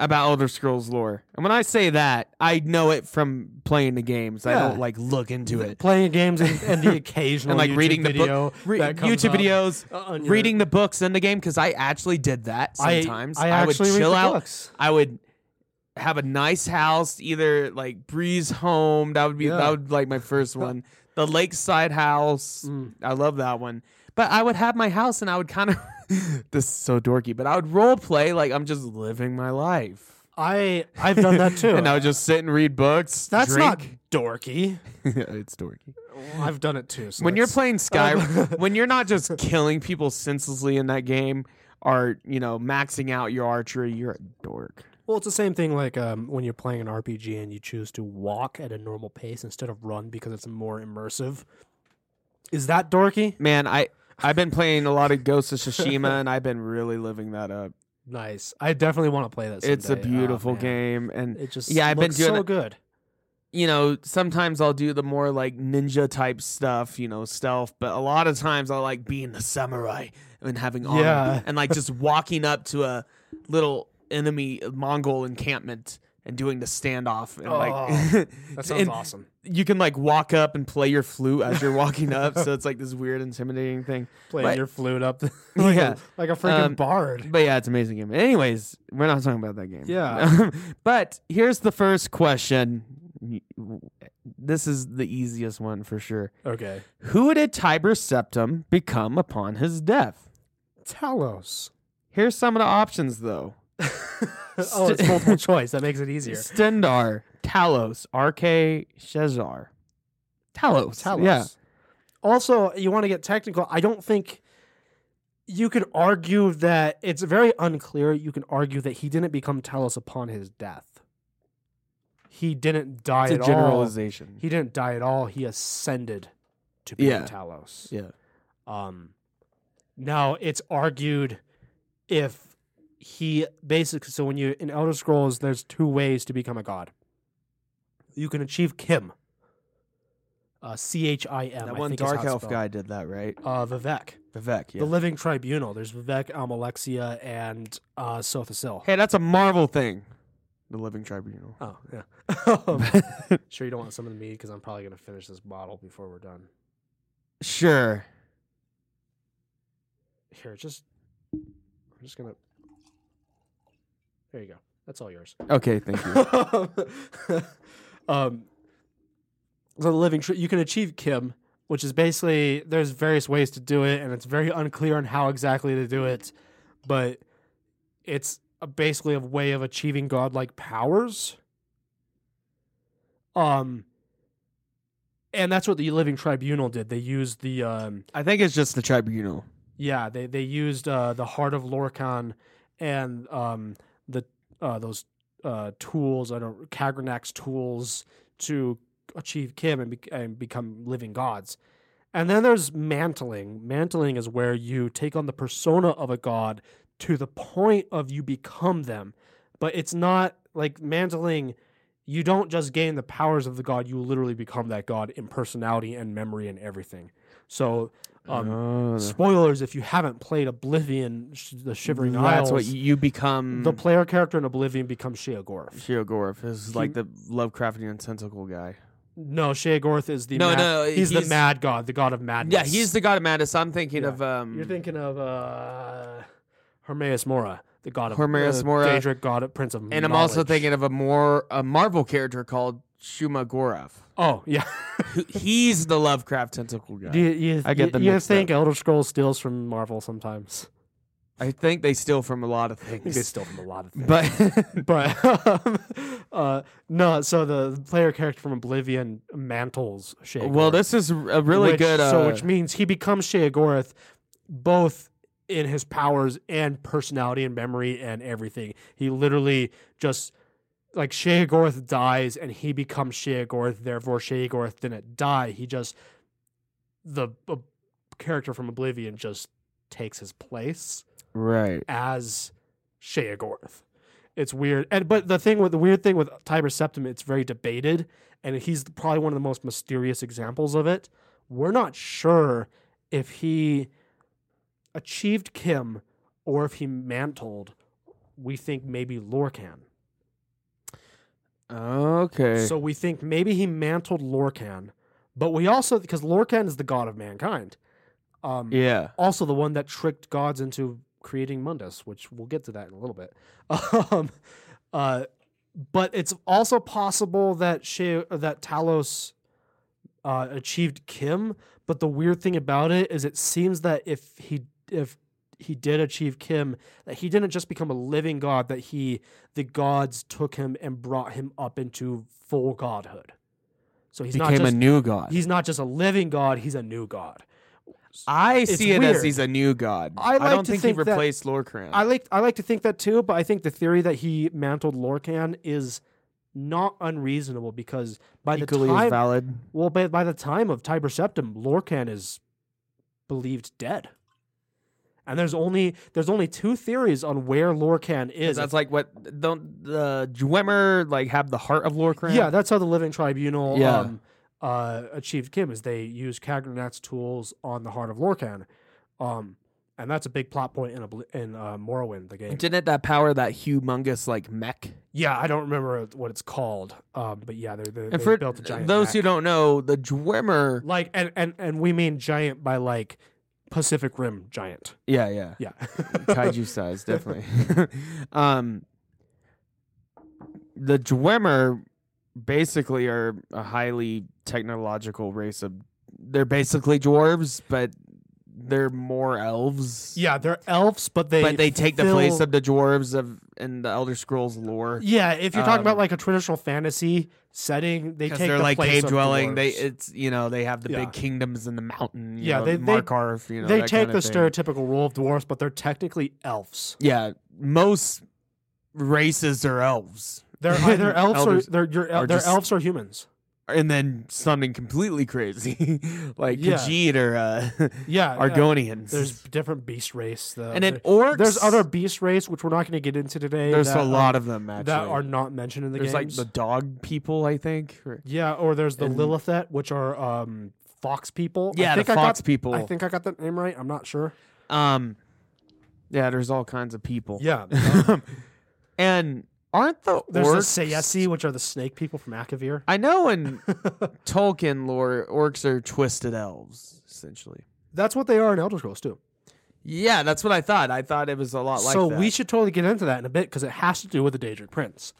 about Elder Scrolls lore. And when I say that, I know it from playing the games. I
Yeah.
don't like look into it.
playing games and, and the occasional
And like
YouTube
reading the
video
book, re-
that comes
YouTube
up
videos,
on your-
reading the books in the game because I actually did that
I-
sometimes.
I
would
actually read
chill
the
out.
books.
I would have a nice house, either like breeze home. That would be
Yeah.
that would be, like my first one. The lakeside house.
Mm.
I love that one. But I would have my house and I would kind of this is so dorky, but I would role play like I'm just living my life.
I I've done that too.
And I would just sit and read books.
that's
drink.
not dorky.
it's dorky.
I've done it too. So
when you're
that's-
playing Sky, when you're not just killing people senselessly in that game, or you know maxing out your archery, you're a dork.
Well, it's the same thing like um, when you're playing an RPG and you choose to walk at a normal pace instead of run because it's more immersive. Is that dorky?
Man, I I've been playing a lot of Ghost of Tsushima, and I've been really living that up.
Nice. I definitely want to play that.
It's a
someday. Oh,
beautiful
man.
game, and
It just
yeah, I've been
looks
doing
so
it-
good.
you know, sometimes I'll do the more like ninja type stuff, you know, stealth, but a lot of times I like being the samurai and having armor
Yeah.
and like just walking up to a little enemy uh, Mongol encampment and doing the standoff and
Oh,
like
That sounds
and
awesome.
You can like walk up and play your flute as you're walking up, so it's like this weird intimidating thing.
Playing
but-
your flute up, like
Yeah.
a, like a freaking
Um,
bard.
But yeah, it's an amazing game. Anyways, we're not talking about that game.
Yeah.
but here's the first question. This is the easiest one for sure.
Okay,
Who did Tiber Septim become upon his death?
Talos.
Here's some of the options though.
oh, it's multiple choice. That makes it easier.
Stendar, Talos, RK, Shezar. Talos.
Talos.
Yeah.
Also, you want to get technical. I don't think you could argue that it's very unclear. You can argue that he didn't become Talos upon his death. He didn't die
It's a
at
generalization.
all. He didn't die at all. He ascended to become
Yeah.
Talos.
yeah.
Um, now it's argued if he basically so when you in Elder Scrolls, there's two ways to become a god. You can achieve Kim. Uh, C H I M.
That
I
one
think is how
Dark
it's
Elf
spelled.
guy did that, right?
Uh, Vivek,
Vivek, yeah.
the Living Tribunal. There's Vivek, Almalexia, and uh, Sothasil.
hey, that's a Marvel thing. The Living Tribunal.
Oh
Oh.
yeah. sure, you don't want some of the mead because I'm probably gonna finish this bottle before we're done.
Sure.
Here, just I'm just gonna. There you go. That's all yours.
Okay, thank you.
um, the living tree. You can achieve Kim, which is basically there's various ways to do it, and it's very unclear on how exactly to do it, but it's a, basically a way of achieving godlike powers. Um, and that's what the Living Tribunal did. They used the um,
I think it's just the tribunal.
yeah, they they used uh, the heart of Lorcan and um, the uh, those uh, tools, I don't Kagranax tools to achieve Kim and, be- and become living gods. And then there's mantling. Mantling is where you take on the persona of a god to the point of you become them. But it's not like mantling. You don't just gain the powers of the god; you literally become that god in personality and memory and everything. So, um,
oh, the-
spoilers if you haven't played Oblivion, sh- the Shivering
that's
Isles.
what you become.
the player character in Oblivion becomes Sheogorth.
Sheogorth is like the Lovecraftian tentacle guy.
No, Sheogorth is the
No,
mad,
no,
he's, the
he's-
mad god, the god of madness.
Yeah, he's the god of madness. I'm thinking
Yeah.
of um.
You're thinking of uh, Hermaeus Mora, the god of
Hormaeus
uh,
Mora.
Daedric god, of, prince of.
and I'm also thinking of a more a Marvel character called Shuma Gorath.
Oh yeah,
Who- He's the Lovecraft tentacle guy.
do you, you,
I get
you,
them
you
mixed
think Elder Scrolls steals from Marvel sometimes?
I think they steal from a lot of
I think they
things.
steal from a lot of things.
But
but um, uh, no, so the player character from Oblivion mantles Sheogorth.
well, this is a really
which-
good. Uh,
so, which means he becomes Sheogorath both in his powers and personality and memory and everything. He literally just like Sheogorath dies and he becomes Sheogorath. Therefore, Sheogorath didn't die. He just the uh, character from Oblivion just takes his place
right.
as Sheogorth. It's weird, and but the thing with the weird thing with Tiber Septim, it's very debated, and he's probably one of the most mysterious examples of it. We're not sure if he achieved Kim or if he mantled. We think maybe Lorcan.
Okay.
So we think maybe he mantled Lorcan, but we also because Lorcan is the god of mankind. Um,
yeah.
also the one that tricked gods into creating Mundus, which we'll get to that in a little bit. Um, uh, but it's also possible that she, that Talos uh, achieved Kim. But the weird thing about it is, it seems that if he if he did achieve Kim, that he didn't just become a living god. That he the gods took him and brought him up into full godhood. So he's
Became
not just
a new god.
he's not just a living god. He's a new god.
I
it's
see it as
weird.
he's a new god.
I like
don't
to
think,
think
he
that-
replaced Lorcan.
I like I like to think that too, but I think the theory that he mantled Lorcan is not unreasonable because by the
equally as
time
valid.
well by, by the time of Tiber Septim, Lorcan is believed dead. And there's only there's only two theories on where Lorcan is.
That's like what don't the Dwemer like have the heart of Lorcan?
Yeah, that's how the Living Tribunal
Yeah.
um, uh, achieved Kim is they used Kagnat's tools on the heart of Lorcan, um, and that's a big plot point in Obli- in uh, Morrowind the game.
Didn't that power that humongous like mech?
yeah, I don't remember what it's called, um, but yeah, they're, they're
And
they
for
built a giant.
those
mech.
who don't know, the Dwemer.
like, and, and and we mean giant by like Pacific Rim giant.
Yeah, yeah.
Yeah,
kaiju size, definitely. um, the Dwemer basically are a highly technological race of. They're basically dwarves, but they're more elves.
yeah, they're elves, but they
but they take the place
fill-
of the dwarves of in the Elder Scrolls lore.
Yeah, if you're talking
Um,
about like a traditional fantasy setting, they
Because
take
they're
the
like
place
cave
of
dwelling, they
dwarves.
it's you know they have the
Yeah.
big kingdoms in the mountain. you
Yeah,
know,
they- they-
Markarth, you know
they
that
take
kinda
the
thing.
stereotypical role of dwarves, but they're technically elves.
Yeah, most races are elves.
They're either elves or
Elders
they're, you're, el-
are
they're
just-
elves or humans.
and then something completely crazy like
Yeah.
Khajiit or uh,
Yeah, uh,
Argonians.
there's different beast race. The,
and then
there-
orcs.
there's other beast race which we're not going to get into today.
There's
that
a
are-
lot of them actually.
that are not mentioned in the
there's
games.
like the dog people, I think. or-
yeah, or there's the
and-
Lilithet, which are um, fox people. I
yeah, the
think I
fox
got,
people.
I think I got that name right. I'm not sure.
um, yeah, there's all kinds of people.
Yeah,
and aren't the
Uh, there's
orcs?
the Sayesi, which are the snake people from Akavir.
I know in Tolkien lore, orcs are twisted elves essentially.
That's what they are in Elder Scrolls too.
Yeah, that's what I thought. I thought it was a lot like
so
that.
we should totally get into that in a bit because it has to do with the Daedric Prince.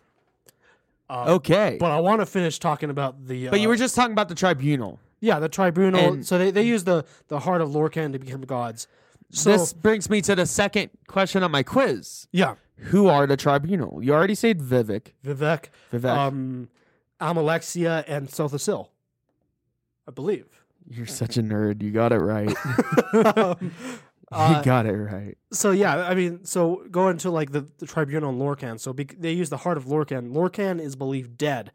okay, but,
But I want to finish talking about the. Uh,
you were just talking about the tribunal.
yeah the tribunal.
And-
so they, they use the the heart of Lorcan to become gods. So
this brings me to the second question on my quiz.
yeah,
Who are the tribunal? You already said Vivek.
Vivek,
Vivek.
um, Amalexia, and Sothasil, I believe.
You're such a nerd. You got it right.
Um, uh,
you got it right.
so yeah, I mean, so going to like the, the tribunal in Lorcan. So bec they use the heart of Lorcan. Lorcan is believed dead,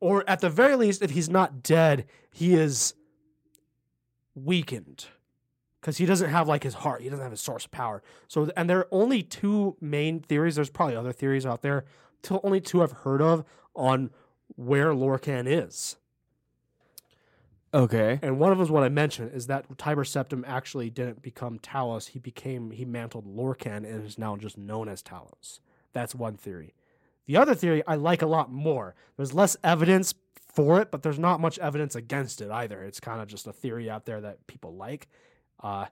or at the very least, if he's not dead, he is weakened because he doesn't have like his heart. He doesn't have his source of power. So and there are only two main theories. There's probably other theories out there. Till only two I've heard of on where Lorcan is.
Okay.
And one of them is what I mentioned is that Tiber Septim actually didn't become Talos. He became he mantled Lorcan and is now just known as Talos. That's one theory. The other theory I like a lot more. There's less evidence for it, but there's not much evidence against it either. It's kind of just a theory out there that people like. Uh,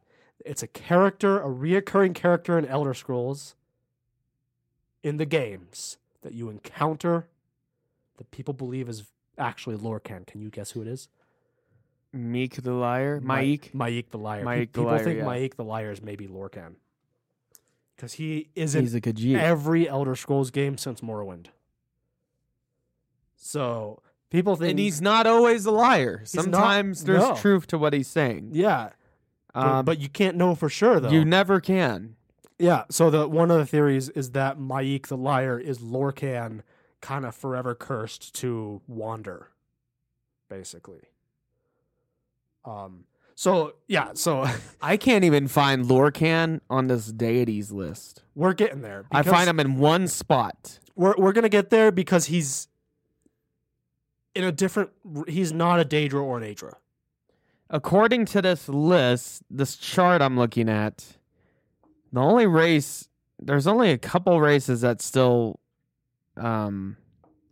it's a character, a reoccurring character in Elder Scrolls in the games that you encounter that people believe is actually Lorcan. Can you guess who it is?
Meek the liar.
Mi-
Mike.
Maik the liar. Pe-
Maik the
People
liar,
think
yeah.
Maik the liar is maybe Lorcan. Because he is in
He's a Khajiit.
every Elder Scrolls game since Morrowind. So people think
and he's not always a liar.
not-
Sometimes there's
no.
truth to what he's saying.
Yeah. But,
Um,
but you can't know for sure though.
you never can.
yeah. So the one of the theories is that Maik the liar is Lorcan kind of forever cursed to wander, basically. Um so yeah, so
I can't even find Lorcan on this deities list.
we're getting there.
I
because-
find him in one spot.
we're we're gonna get there because he's in a different. He's not a Daedra or an Adra.
according to this list, this chart I'm looking at, the only race there's only a couple races that still um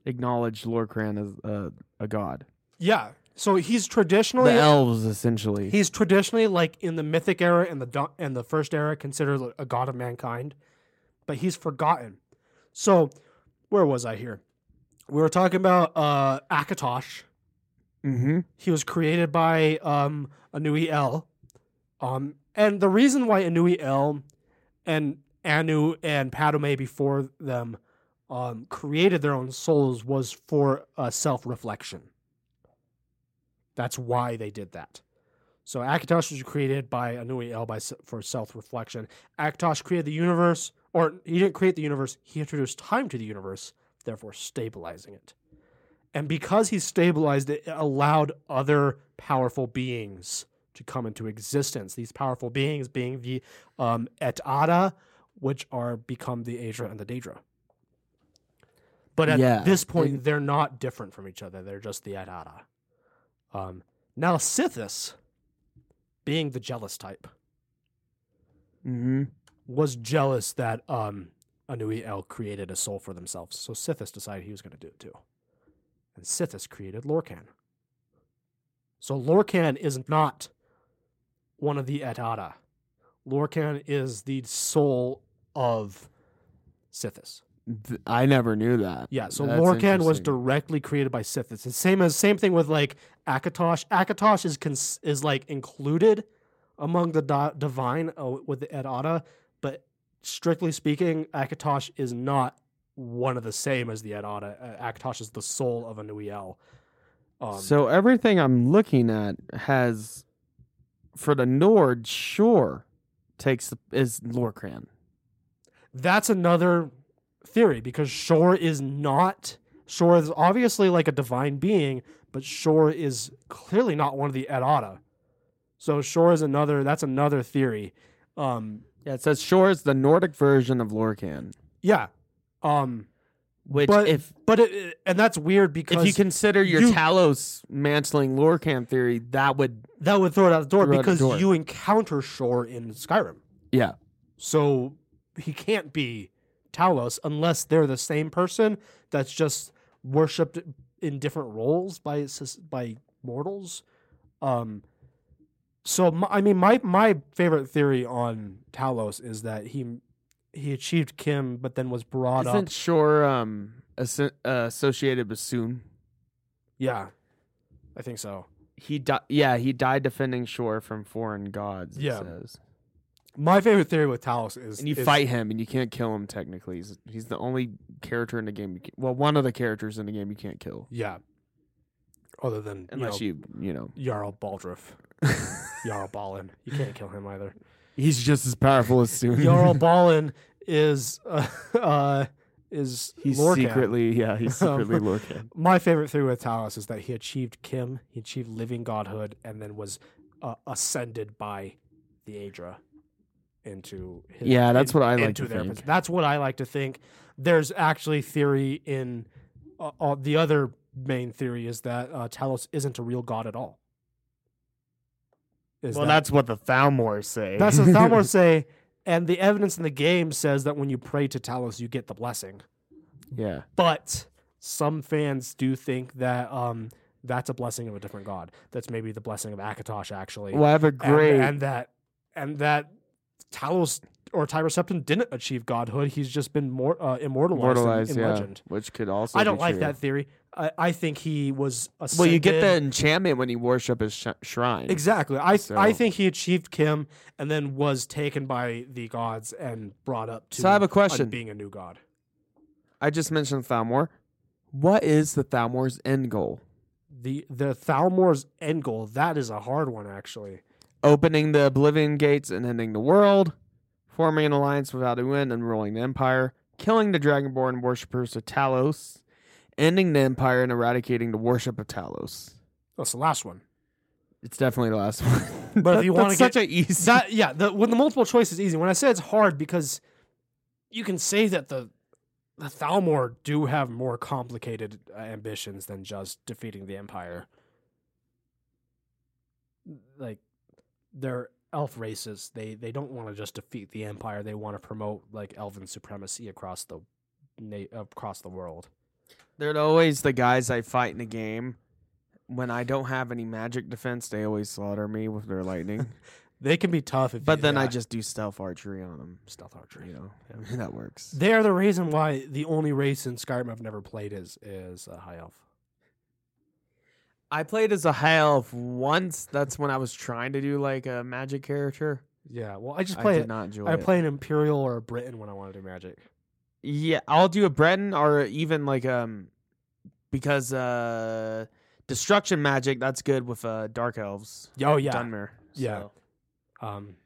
acknowledge Lorcan as a, a god.
Yeah. So he's
The
traditionally
elves essentially.
he's traditionally like in the Mythic era and the Do- and the First era considered a god of mankind, but he's forgotten. So where was I here? We were talking about uh, Akatosh.
Mhm.
He was created by um, Anui El. Um, and the reason why Anui El and Anu and Padme before them um, created their own souls was for uh, self reflection. That's why they did that. So Akatosh was created by Anui El by, s- for self reflection. Akatosh created the universe, or he didn't create the universe, he introduced time to the universe, therefore stabilizing it. And because he stabilized it, it allowed other powerful beings to come into existence. These powerful beings being the um, Et Ada, which are become the Aedra and the Daedra. But at
Yeah,
this point,
and-
they're not different from each other. They're just the Et Ada. Um, now, Sithis, being the jealous type,
Mm-hmm.
was jealous that um, Anui El created a soul for themselves. So Sithis decided he was going to do it too. And Sithis created Lorcan. So Lorcan is not one of the Etata. Lorcan is the soul of Sithis.
Th- I never knew that.
Yeah, so
That's
Lorcan was
interesting.
directly created by Sith. It's the same as same thing with like Akatosh. Akatosh is cons- is like included among the di- divine uh, with the Edata, but strictly speaking, Akatosh is not one of the same as the Edata. Uh, Akatosh is the soul of Anuiel. Um,
so everything I'm looking at has, for the Nord Shore, takes the, is Lorcan.
that's another theory because Shore is not Shore is obviously like a divine being, but Shore is clearly not one of the Edata. So Shore is another that's another theory. Um
Yeah, it says Shore is the Nordic version of Lorcan.
yeah. Um
Which,
but
if
but it, and that's weird because
if you consider your
you-
Talos mantling Lorcan theory, that would
that would throw it out the door
Throw it out the
because
door.
you encounter Shore in Skyrim.
yeah.
So he can't be Talos unless they're the same person that's just worshipped in different roles by sus- by mortals. Um, so my, I mean, my my favorite theory on Talos is that he he achieved Kim, but then was brought up.
Isn't Shore um asso- uh, associated with Soon?
Yeah, I think so.
He died. Yeah, he died defending Shore from foreign gods. It
Yeah.
says.
My favorite theory with Talos is
and you
is-
fight him, and you can't kill him. Technically, he's, he's the only character in the game. You can, well, one of the characters in the game you can't kill
Yeah. Other than
unless
you,
you, you know,
know, Jarl Baldriff, Jarl Balin, you can't kill him either.
he's just as powerful as Soon.
Jarl Ballin is uh, uh is
he's
Lorcan.
secretly, yeah, he's
Um,
secretly Lorcan.
My favorite theory with Talos is that he achieved Kim, he achieved living godhood, and then was uh, ascended by the Aedra into his,
Yeah, that's what I like
into
to
their
think.
pos- That's what I like to think. There's actually theory in uh, uh, the other main theory is that uh, Talos isn't a real god at all. Is that-
what the Thalmor say.
that's what Thalmor say, and the evidence in the game says that when you pray to Talos, you get the blessing.
yeah,
But some fans do think that um, that's a blessing of a different god. That's maybe the blessing of Akatosh, actually.
well, I have a
And-
great.
And, that and that Talos or Tiber Septon didn't achieve godhood. He's just been more uh, immortalized, in-
immortalized,
in,
yeah,
legend.
which could also.
I
be
don't like
true.
that theory. I, I think he was ascended.
Well, you get the enchantment when you worship his sh- shrine.
Exactly. I I
So-
think he achieved Kim and then was taken by the gods and brought up to
So I have a
on
question.
being a new god.
I just mentioned Thalmor. What is the Thalmor's end goal?
The the Thalmor's end goal, that is a hard one actually.
Opening the Oblivion Gates and ending the world, forming an alliance with Aduin and ruling the Empire, killing the Dragonborn worshippers of Talos, ending the Empire and eradicating the worship of Talos.
That's the last one.
It's definitely the last one.
But if
That-
you wanna
that's
get-
such an easy.
That yeah, the when the multiple choice is easy. When I say it's hard because you can say that the the Thalmor do have more complicated uh, ambitions than just defeating the Empire. Like they're elf races. They they don't want to just defeat the Empire. They want to promote like elven supremacy across the na- across the world.
They're always the guys I fight in the game. When I don't have any magic defense, they always slaughter me with their lightning.
They can be tough, if
But
you-
then I
yeah,
just do stealth archery on them.
stealth archery.
You know, that works.
They're the reason why the only race in Skyrim I've never played is is a high elf.
I played as a high elf once. That's when I was trying to do like a magic character.
Yeah, well, I just
I
play
did
it.
not enjoy
I
it.
play an Imperial or a Briton when I want to do Magic.
yeah, I'll do a Breton or even like um because uh destruction magic that's good with uh dark elves.
Oh yeah,
Dunmer.
Yeah.
so.
um,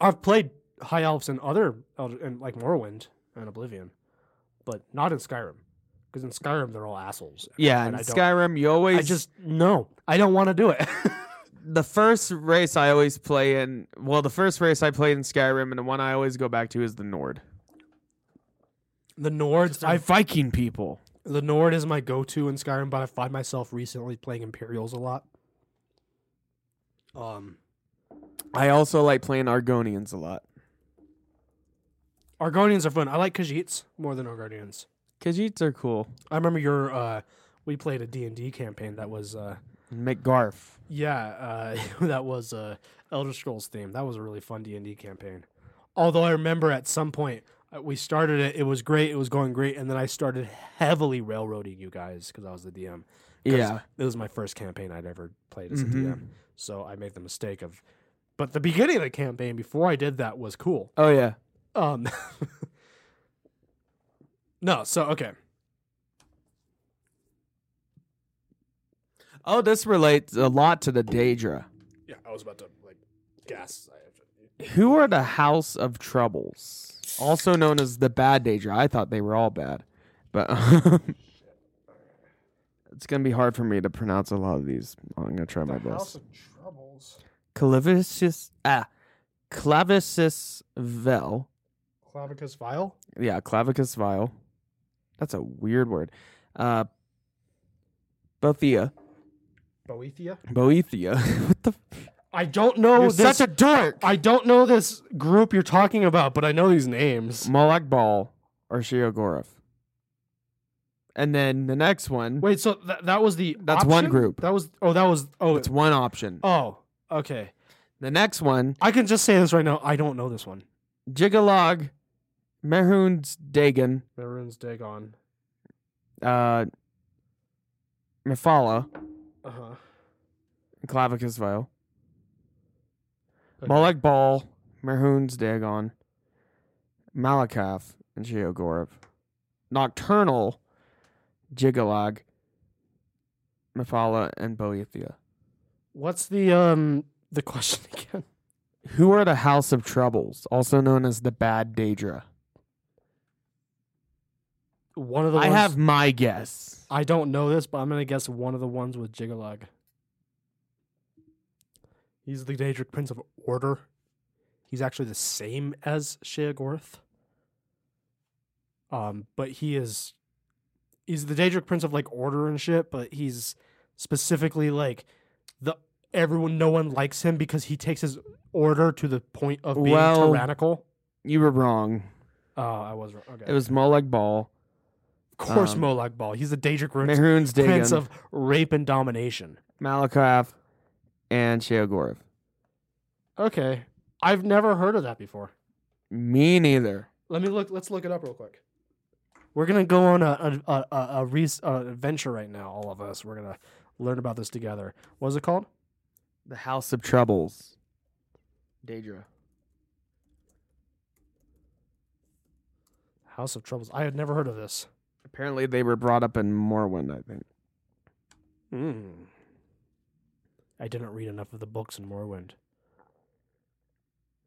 I've played High Elves and other Elder, and like Morrowind and Oblivion, but not in Skyrim because in Skyrim they're all assholes.
Yeah,
and
in
I don't-
Skyrim you always
I just no, I don't want to do it.
the first race I always play in, well, the first race I played in Skyrim, and the one I always go back to is the Nord.
The Nords, I
Viking people.
the Nord is my go-to in Skyrim, but I find myself recently playing Imperials a lot. Um,
I also like playing Argonians a lot.
Argonians are fun. I like Khajiits more than Argonians.
Khajiits are cool.
I remember your uh, we played a D and D campaign that was uh,
McGarf.
yeah uh, that was uh, Elder Scrolls theme. That was a really fun D and D campaign. Although I remember at some point uh, we started it. It was great. It was going great, and then I started heavily railroading you guys because I was the DM. 'Cause
Yeah.
it was my first campaign I'd ever played as a
Mhm.
DM. So I made the mistake of. But the beginning of the campaign before I did that was cool.
Oh yeah.
Um. no, so okay.
Oh, this relates a lot to the Daedra.
Yeah, I was about to like gas.
Who are the House of Troubles, also known as the Bad Daedra? I thought they were all bad, but it's gonna be hard for me to pronounce a lot of these. I'm gonna try my
the House
best.
of Troubles.
Clavicis, ah, Clavicis vel.
Clavicus Vile.
Yeah, Clavicus vile. That's a weird word. Uh, Boethia,
Boethia?
Boethia. what the?
I don't know
You're
this.
Oh, such a dork.
I don't know this group you're talking about, but I know these names.
Molak Ball or Shiogorov. And then the next one,
Wait, so tha- that was the
That's one
option?
group.
That was oh that was oh
it's one option.
oh okay.
The next one,
I can just say this right now. I don't know this one.
Jigalog, Mehrunes Dagon,
Maroon's Dagon.
uh, Mephala,
Uh huh.
and Clavicus Vile.
Okay.
Molak Ball, Mehrunes Dagon, Malakath, and Shiogorov. Nocturnal, Jigalog, Mephala, and Boethia.
What's the um the question again?
Who are the House of Troubles, also known as the Bad Daedra?
One of the
I
ones-
have my guess.
I don't know this, but I'm gonna guess one of the ones with Jigalog. He's the Daedric Prince of Order. He's actually the same as Sheogorth. Um, but he is he's the Daedric Prince of like order and shit, but he's specifically like the everyone no one likes him because he takes his order to the point of being
Well-
tyrannical.
You were wrong.
Oh, I was wrong. Okay.
It was Molag Ball,
of course
um,
Molag Ball. He's the Daedric Prince,
Mehrunes
Prince
Dagon,
of rape and domination.
Malakath, and Sheogorov.
Okay. I've never heard of that before.
Me neither.
Let me look. Let's look it up real quick. We're gonna go on a a a, a, a res, uh, adventure right now. All of us. We're gonna learn about this together. What is it called?
The House of Troubles. Daedra.
House of Troubles. I had never heard of this.
Apparently, they were brought up in Morrowind, I think.
Mm. I didn't read enough of the books in Morrowind.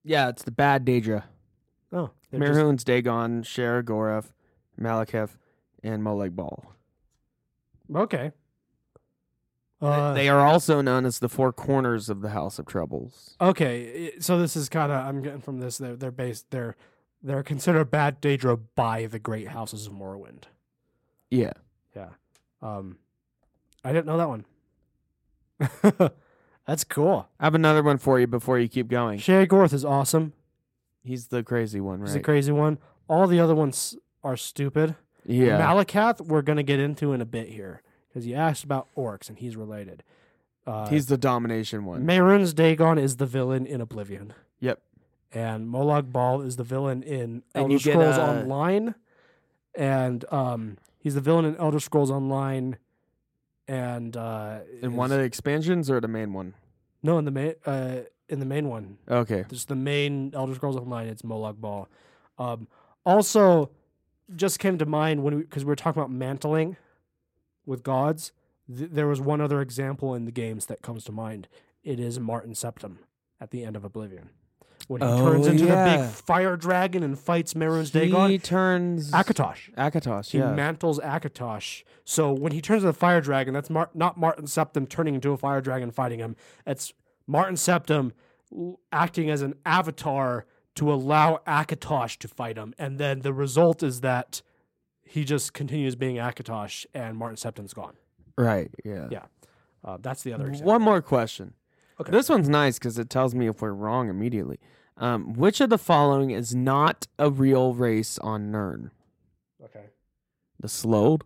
Yeah, it's the Bad Daedra.
Oh, they're just-
Mehrunes Dagon, Sheogorov, Malakath, and Molag Ball.
okay.
They-
Uh,
they are also known as the Four Corners of the House of Troubles.
okay. i- So this is kind of I'm getting from this. They're they're based. They're they're considered bad Daedra by the great houses of Morrowind.
Yeah.
Yeah. Um, I didn't know that one. That's cool.
I have another one for you before you keep going.
Shay Gorth is awesome.
He's the crazy one,
He's
right?
a crazy one. All the other ones are stupid.
yeah.
Malakath, we're gonna get into in a bit here because you asked about orcs and he's related. Uh,
He's the domination one.
Mehrunes Dagon is the villain in Oblivion,
yep.
and Molag Ball is the villain in
And
Elder
you get,
Scrolls
uh,
Online, and um, he's the villain in Elder Scrolls Online, and uh,
In one
is-
of the expansions or the main one?
No, in the main uh, in the main one,
Okay.
just the main Elder Scrolls Online. It's Molag Ball. Um, also, just came to mind when because we, were talking about mantling with gods. Th- there was one other example in the games that comes to mind. It is Martin Septum at the end of Oblivion when he
Oh,
turns into the
yeah.
big fire dragon and fights Merun's Dagon.
He turns
Akatosh.
Akatosh,
He
yeah.
mantles Akatosh. So when he turns into the fire dragon, that's Mar- not Martin Septum turning into a fire dragon fighting him. That's Martin Septum l- acting as an avatar to allow Akatosh to fight him. And then the result is that he just continues being Akatosh and Martin Septum's gone.
Right. Yeah.
Yeah. Uh, that's the other example.
One more question.
Okay.
This one's nice because it tells me if we're wrong immediately. Um, which of the following is not a real race on Nern?
Okay.
The Slowed?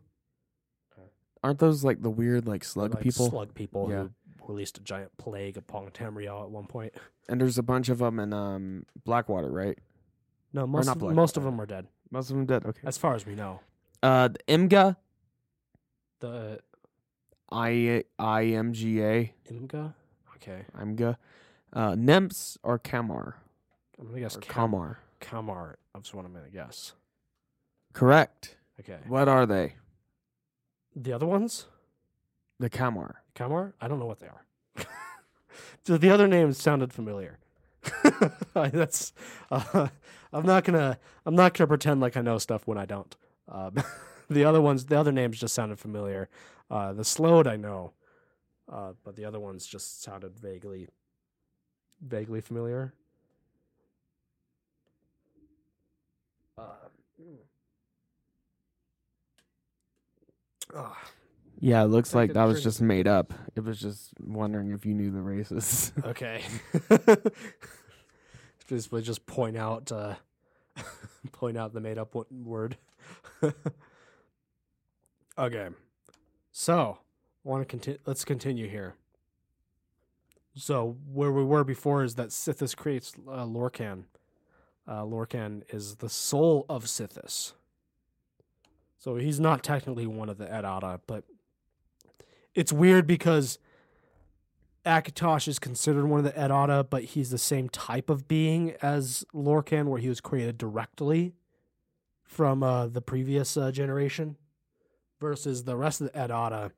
Okay.
Aren't those like the weird like slug
Uh, Like
people?
Slug people
Yeah.
who released a giant plague upon Tamriel at one point.
And there's a bunch of them in um, Blackwater, right?
No, most,
not
of,
Black
most of
Widow.
them are dead,
Most of them dead. Okay.
as far as we know.
Uh, the Imga,
The
I I M G A,
Imga? Okay.
Imga, uh, Nymphs or Kamar
I'm going to guess
or
Kam-
Kamar.
Kamar. That's what I'm going to guess.
Correct.
Okay.
What are they?
The other ones?
The Kamar.
Kamar? I don't know what they are. so the other names sounded familiar. That's uh, I'm not gonna I'm not gonna pretend like I know stuff when I don't. Uh, the other ones, the other names just sounded familiar. Uh, the slowed I know, uh, but the other ones just sounded vaguely vaguely familiar. Uh, ah.
Yeah, it looks
Check
like
it
that was
through.
just made up. It was just wondering if you knew the races.
Okay. just we just point out uh, point out the made up wo- word. okay. So, want to continue let's continue here. So, where we were before is that Sithis creates uh, Lorcan. Uh, Lorcan is the soul of Sithis. So, he's not technically one of the Edada, but it's weird because Akatosh is considered one of the Edata, but he's the same type of being as Lorcan, where he was created directly from uh, the previous uh, generation, versus the rest of the Edata.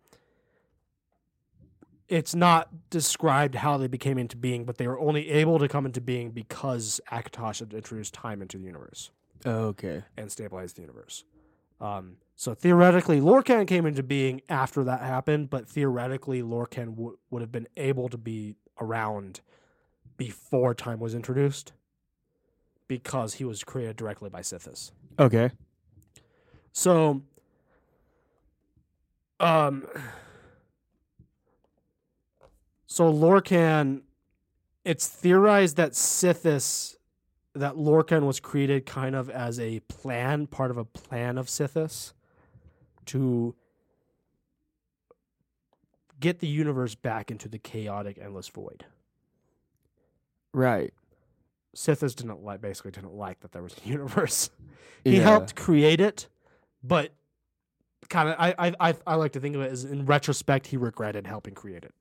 It's not described how they became into being, but they were only able to come into being because Akatosh had introduced time into the universe
okay.
and stabilized the universe. Um, so theoretically, Lorcan came into being after that happened, but theoretically, Lorcan w- would have been able to be around before time was introduced because he was created directly by Sithis.
Okay.
So, um, so Lorcan, it's theorized that Sithis, that Lorcan was created kind of as a plan, part of a plan of Sithis to get the universe back into the chaotic, endless void.
Right.
Sithis didn't like, basically didn't like that there was a universe. He
Yeah.
helped create it, but kind of I, I I I like to think of it as in retrospect he regretted helping create it.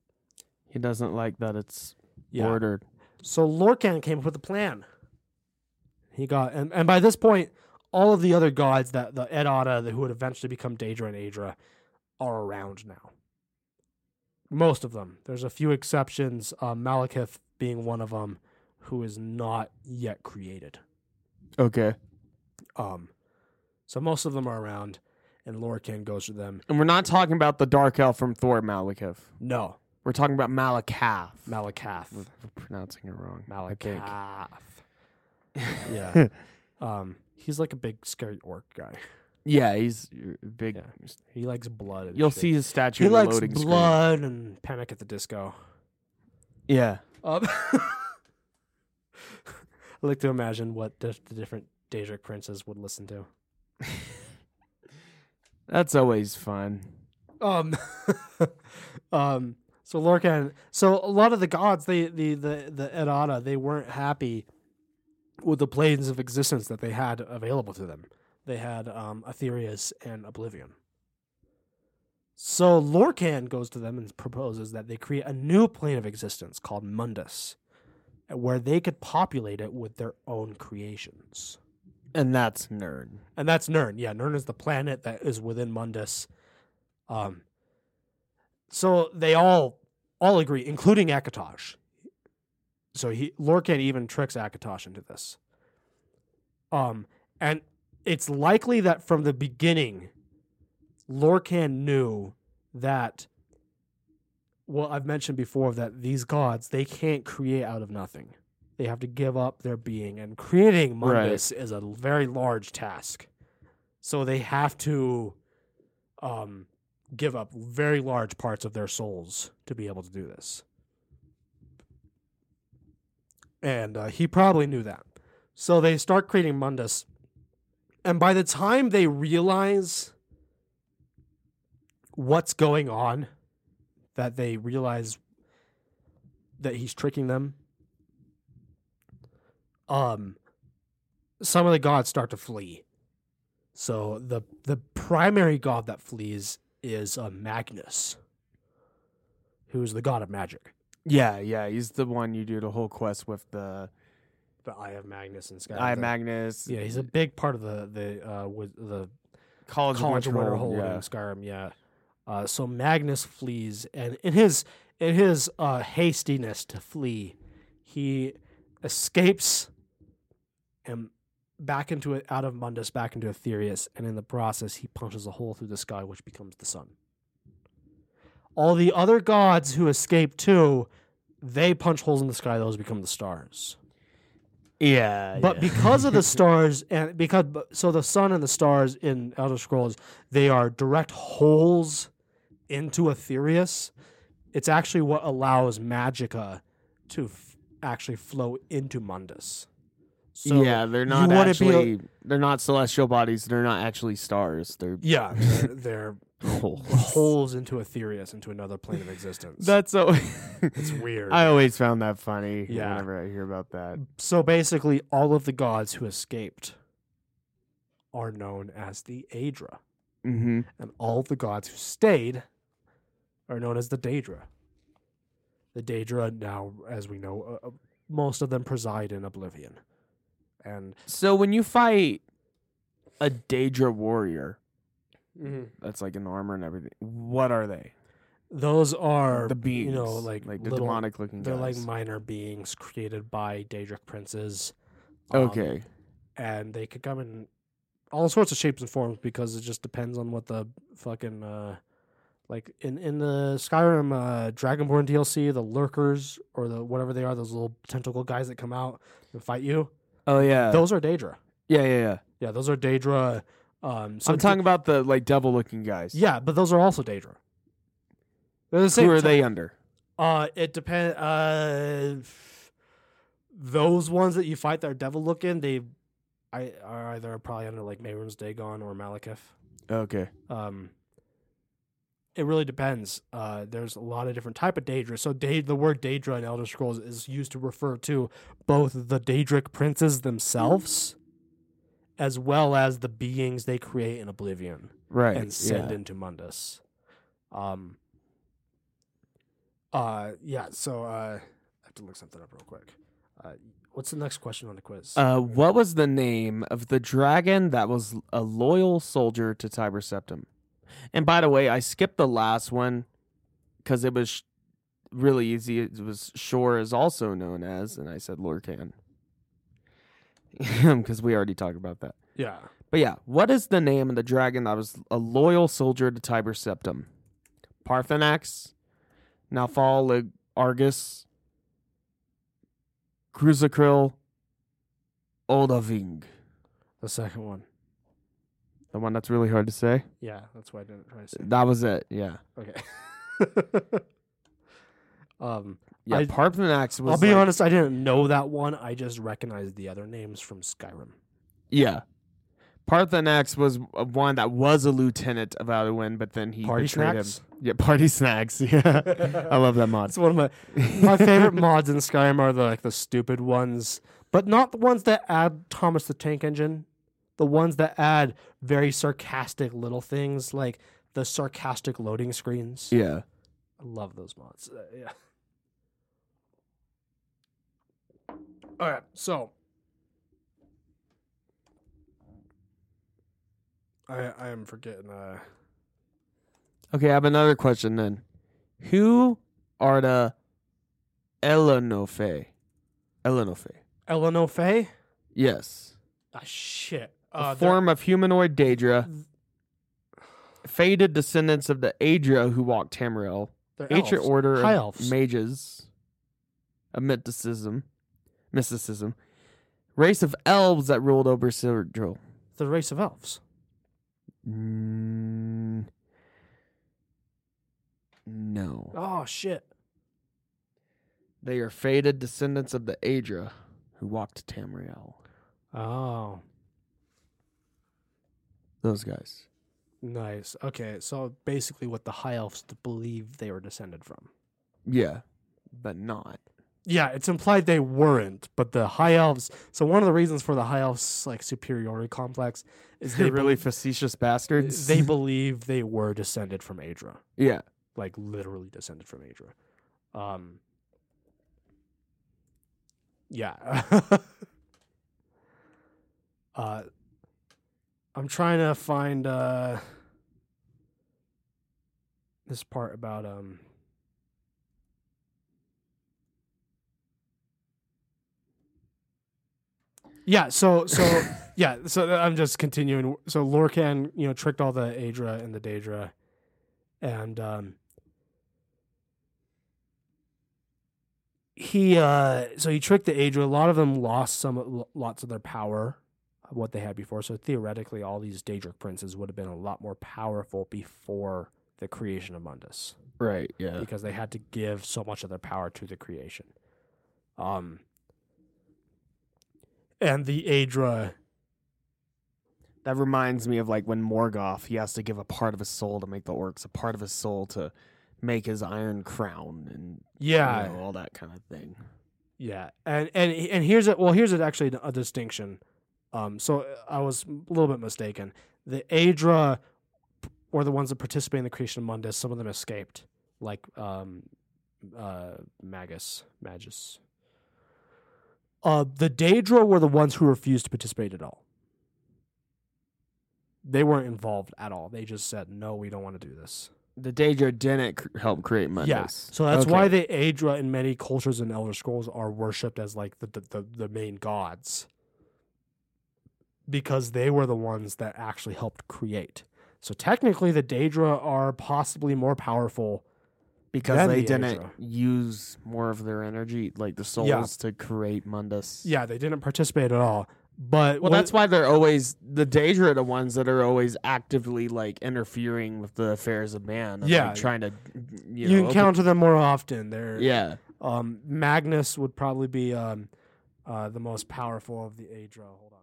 He doesn't like that it's ordered.
So Lorcan came up with a plan. He got and, and by this point, all of the other gods that the Edada that who would eventually become Daedra and Aedra are around now. Most of them. There's a few exceptions, uh, Malekith being one of them, who is not yet created.
Okay.
Um, so most of them are around, and Lorcan goes to them.
And we're not talking about the dark elf from Thor Malekith.
No,
We're talking about Malakath.
Malakath.
I'm pronouncing it wrong. I think.
Malakath. yeah. Um, he's like a big scary orc guy.
Yeah, he's a big.
Yeah. He likes blood. And
You'll
shit.
see his statue.
He
in the
likes
loading screen.
blood and Panic at the Disco.
Yeah.
Um, I like to imagine what di- the different Daedric princes would listen to.
That's always fun.
Um, um, so Lorcan, so a lot of the gods, they, the, the, the Edada, they weren't happy with the planes of existence that they had available to them. They had, um, Aetherius and Oblivion. So Lorcan goes to them and proposes that they create a new plane of existence called Mundus, where they could populate it with their own creations.
And that's nerd.
And that's Nern. Yeah, Nern is the planet that is within Mundus. Um, so they all all agree, including Akatosh. So he Lorcan even tricks Akatosh into this. Um, and it's likely that from the beginning, Lorcan knew that what I've mentioned before that these gods they can't create out of nothing. They have to give up their being, and creating
Right.
Mundus is a very large task. So they have to um, give up very large parts of their souls to be able to do this. And uh, he probably knew that. So they start creating Mundus. And by the time they realize what's going on, that they realize that he's tricking them, um, some of the gods start to flee. So the the primary god that flees is uh, Magnus, who's the god of magic.
Yeah, yeah, he's the one you do the whole quest with the
The Eye of Magnus and Sky.
Eye of Magnus,
Yeah, he's a big part of the the uh, wi- the
College,
College
of
Winterhold, Winterhold
yeah.
in Skyrim. Yeah. Uh, so Magnus flees, and in his in his uh, hastiness to flee, he escapes and back into it out of Mundus, back into Aetherius, and in the process, he punches a hole through the sky, which becomes the sun. All the other gods who escape too, they punch holes in the sky; those become the stars
Yeah,
but
Uh, yeah.
because of the stars and because but- so the sun and the stars in Elder Scrolls they are direct holes into Aetherius. It's actually what allows Magica to f- actually flow into Mundus. So
yeah, they're
you
not
wouldn't be a-
actually they're not celestial bodies. They're not actually stars. They're
yeah, they're,
holes.
they're holes into Aetherius, into another plane of existence.
That's so.
it's weird.
I always found that funny.
Yeah.
whenever I hear about that.
so basically, all of the gods who escaped are known as the Aedra.
Mm-hmm.
and all of the gods who stayed are known as the Daedra. The Daedra now, as we know, uh, uh, most of them preside in oblivion, and
So when you fight a Daedra warrior, that's like an armor and everything. What are they?
those are
the beings,
you know, like,
like the
little-
demonic looking.
They're like
guys.
minor beings created by Daedric princes. um,
okay,
and they could come in all sorts of shapes and forms because it just depends on what the fucking uh like in in the Skyrim uh Dragonborn DLC, the lurkers or the whatever they are, those little tentacle guys that come out and fight you.
oh yeah,
those are Daedra.
yeah, yeah, yeah.
Yeah, those are Daedra. Um some
I'm talking about the like devil looking guys.
Yeah, but those are also Daedra. They're the same
who are
type.
they under?
Uh, it depends. Uh, those ones that you fight that are devil looking, they, I are either probably under like Mehrunes Dagon or Malekith.
Okay,
Um, it really depends. Uh, there's a lot of different type of Daedra. So Da the word Daedra in Elder Scrolls is used to refer to both the Daedric princes themselves, as well as the beings they create in Oblivion
right.
and send into Mundus. Um. Uh yeah. So uh, I have to look something up real quick. Uh, what's the next question on the quiz?
Uh, what was the name of the dragon that was a loyal soldier to Tiber Septim? And by the way, I skipped the last one because it was sh- really easy. It was Shore is also known as, and I said Lorcan because we already talked about that.
yeah.
But yeah, what is the name of the dragon that was a loyal soldier to Tiber Septim? Parthenax, Nalfal Argus, Cruzacril, Oldaving.
The second one.
The one that's really hard to say.
Yeah, that's why I didn't try to say.
That was it. Yeah.
Okay. um,
Yeah.
I-
Parthenax was.
I'll be
like-
honest. I didn't know that one. I just recognized the other names from Skyrim.
Yeah. Parthenax was uh, one that was a lieutenant of Alduin, but then he
Party
betrayed
Snacks?
him. Yeah, party snacks. Yeah, I love that mod.
It's one of my my favorite mods in Skyrim are the like the stupid ones, but not the ones that add Thomas the Tank Engine. The ones that add very sarcastic little things like the sarcastic loading screens.
Yeah.
I love those mods. Uh, yeah. All right, so I I am forgetting. Uh,
Okay, I have another question then. Who are the Elenofe? Elenofe.
Eleanor Fay.
Yes.
Ah, shit.
A
Uh, they're-
form of humanoid Daedra. Fated descendants of the Adra who walked Tamriel.
They're
Ancient
elves.
order
High
of
elves.
mages, a mysticism, mysticism, race of elves that ruled over Sidril.
the race of elves.
Mm, no,
Oh shit.
they are fated descendants of the Aedra, who walked Tamriel.
Oh,
Those guys.
nice. Okay, so basically, what the high elves believe they were descended from.
Yeah, but not.
Yeah, it's implied they weren't, but the high elves. So one of the reasons for the high elves like superiority complex is they
really facetious
bel-
bastards.
they believe they were descended from Adra,
yeah.
like literally descended from Adra. Um. Yeah. uh, I'm trying to find uh this part about um Yeah, so so yeah, so th- I'm just continuing. So Lorcan, you know, tricked all the Adra and the Daedra, and um, he uh, so he tricked the Adra. A lot of them lost some l- lots of their power, of what they had before. So theoretically, all these Daedric princes would have been a lot more powerful before the creation of Mundus
Right. Yeah.
because they had to give so much of their power to the creation. Um, and the Adra,
That reminds me of like when Morgoth he has to give a part of his soul to make the orcs, a part of his soul to make his iron crown, and
yeah,
you know, all that kind of thing.
yeah, and and and here's a well, here's a, actually a distinction. Um, so I was a little bit mistaken. The Adra were the ones that participated in the creation of Mundus. Some of them escaped, like um, uh, Magus, Magus. Uh, the Daedra were the ones who refused to participate at all. They weren't involved at all. They just said, "No, we don't want to do this."
The Daedra didn't cr- help create Mundus.
Yeah, so that's why
Okay.
the Aedra in many cultures and Elder Scrolls are worshipped as like the, the, the, the main gods because they were the ones that actually helped create. So technically, the Daedra are possibly more powerful.
because
then
they
the
didn't
Aedra.
use more of their energy, like the souls, to create Mundus.
Yeah, they didn't participate at all. But
Well, that's why they're always the Daedra are the ones that are always actively like interfering with the affairs of man. And,
Yeah.
like, trying to you,
you,
know, open-
encounter them more often. They're
Yeah,
um, Magnus would probably be um, uh, the most powerful of the Aedra. Hold on.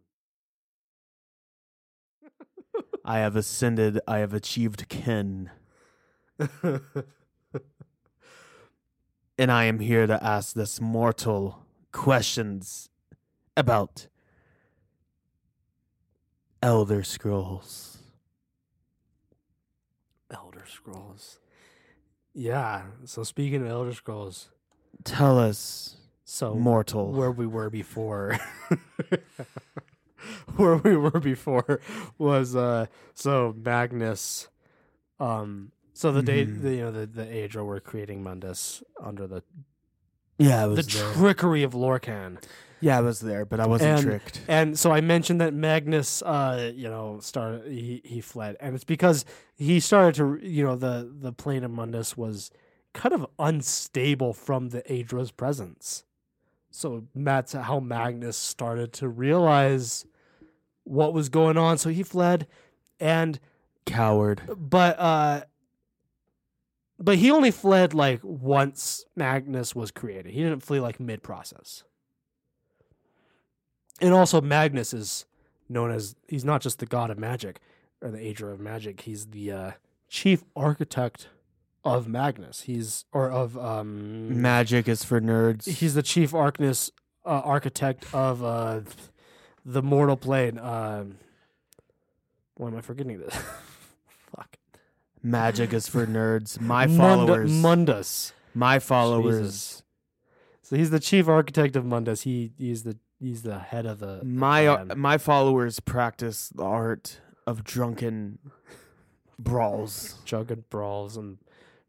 I have ascended. I have achieved kin. and I am here to ask this mortal questions about Elder Scrolls.
Elder Scrolls. Yeah. So speaking of Elder Scrolls,
Tell us,
so
mortal.
where we were before, where we were before was uh so Magnus, um so the day
Mhm.
the, you know the the Aedra were creating Mundus under the
yeah, I
the
was there.
trickery of Lorcan.
yeah, I was there, but I wasn't
And-
tricked.
And so I mentioned that Magnus, uh, you know, started he, he fled, and it's because he started to you know the the plane of Mundus was kind of unstable from the Aedra's presence. So that's how Magnus started to realize what was going on. So he fled, and
Coward.
but uh, but he only fled like once Magnus was created. He didn't flee like mid process. And also, Magnus is known as he's not just the god of magic or the Ager of magic. He's the uh, chief architect of Magnus. He's or of um,
Magic is for nerds.
he's the chief arcness, uh, architect of uh, the mortal plane. Um, why am I forgetting this? Fuck.
Magic is for nerds. My
Munda-
followers.
Mundus.
my followers.
Jesus. So he's the chief architect of Mundus. He he's the he's the head of the
My uh,
Um,
my followers practice the art of drunken brawls.
drunken brawls and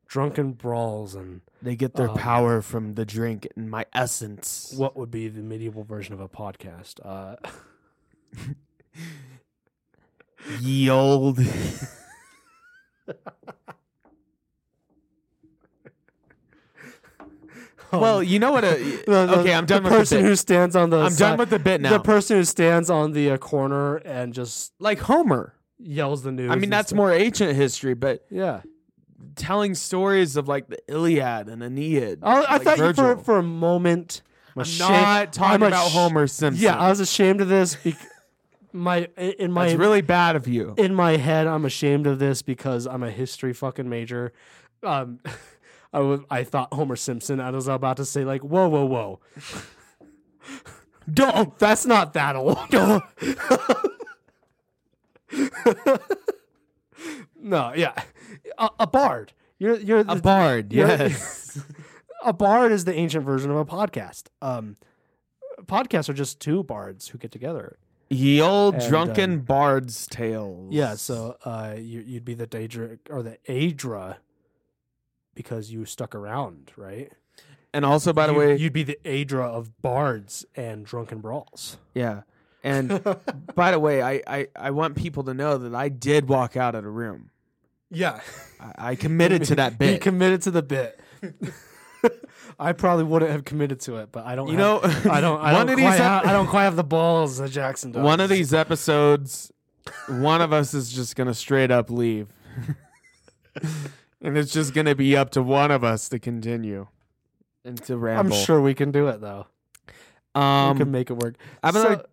drunken brawls and
They get their
Uh,
power from the drink and my essence.
what would be the medieval version of a podcast? Uh,
Ye old. Well, you know what? A,
um, The- the-
okay, I'm done
the
with the
person
bit.
who stands on the.
I'm
side-
done with the bit now.
The person who stands on the uh, corner and just
like Homer.
yells the news.
I mean,
and
that's
stuff.
more ancient history, but
Yeah.
telling stories of like the Iliad and Aeneid.
I, Oh, I
like
thought you for
Virgil.
for a moment.
I'm
I'm ashamed-
not talking
I'm
about
ash-
Homer Simpson.
Yeah, I was ashamed of this. Bec- my in my
That's really bad of you.
in my head, I'm ashamed of this because I'm a history fucking major. Um, I wa- I thought Homer Simpson. I was about to say like, whoa, whoa, whoa. Don't. That's not that old. no, yeah, a, a bard. You're you're
A
the-
bard,
you're-
yes.
a bard is the ancient version of a podcast. Um, podcasts are just two bards who get together.
Ye old
And,
drunken
um,
bard's tales.
Yeah, so uh, you, you'd be the Daedra or the Aedra because you stuck around, right?
And also, by the
You-
way,
you'd be the Aedra of bards and drunken brawls.
yeah. And by the way, I, I, I want people to know that I did walk out of the room.
Yeah,
I, I committed to that
He
bit.
committed to the bit. I probably wouldn't have committed to it, but I don't.
You know,
have- I don't. I
one
don't,
of
quite
these
have,
ep-
I don't quite have the balls that Jackson does.
One of these episodes, one of us is just going to straight up leave. and it's just going to be up to one of us to continue and to
I'm
ramble.
sure we can do it though.
Um,
we can make it work.
I'm
So-
gonna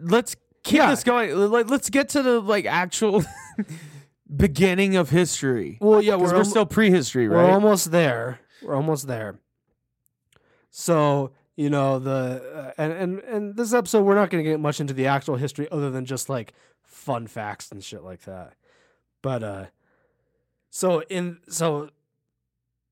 let's keep
Yeah.
this going. L- Like, let's get to the like actual beginning of history.
Well, yeah,
'Cause
we're,
we're,
almo-
still prehistory,
we're
right?
almost there. We're almost there. So you know the uh, and and and this episode we're not going to get much into the actual history other than just like fun facts and shit like that. But uh, so in so.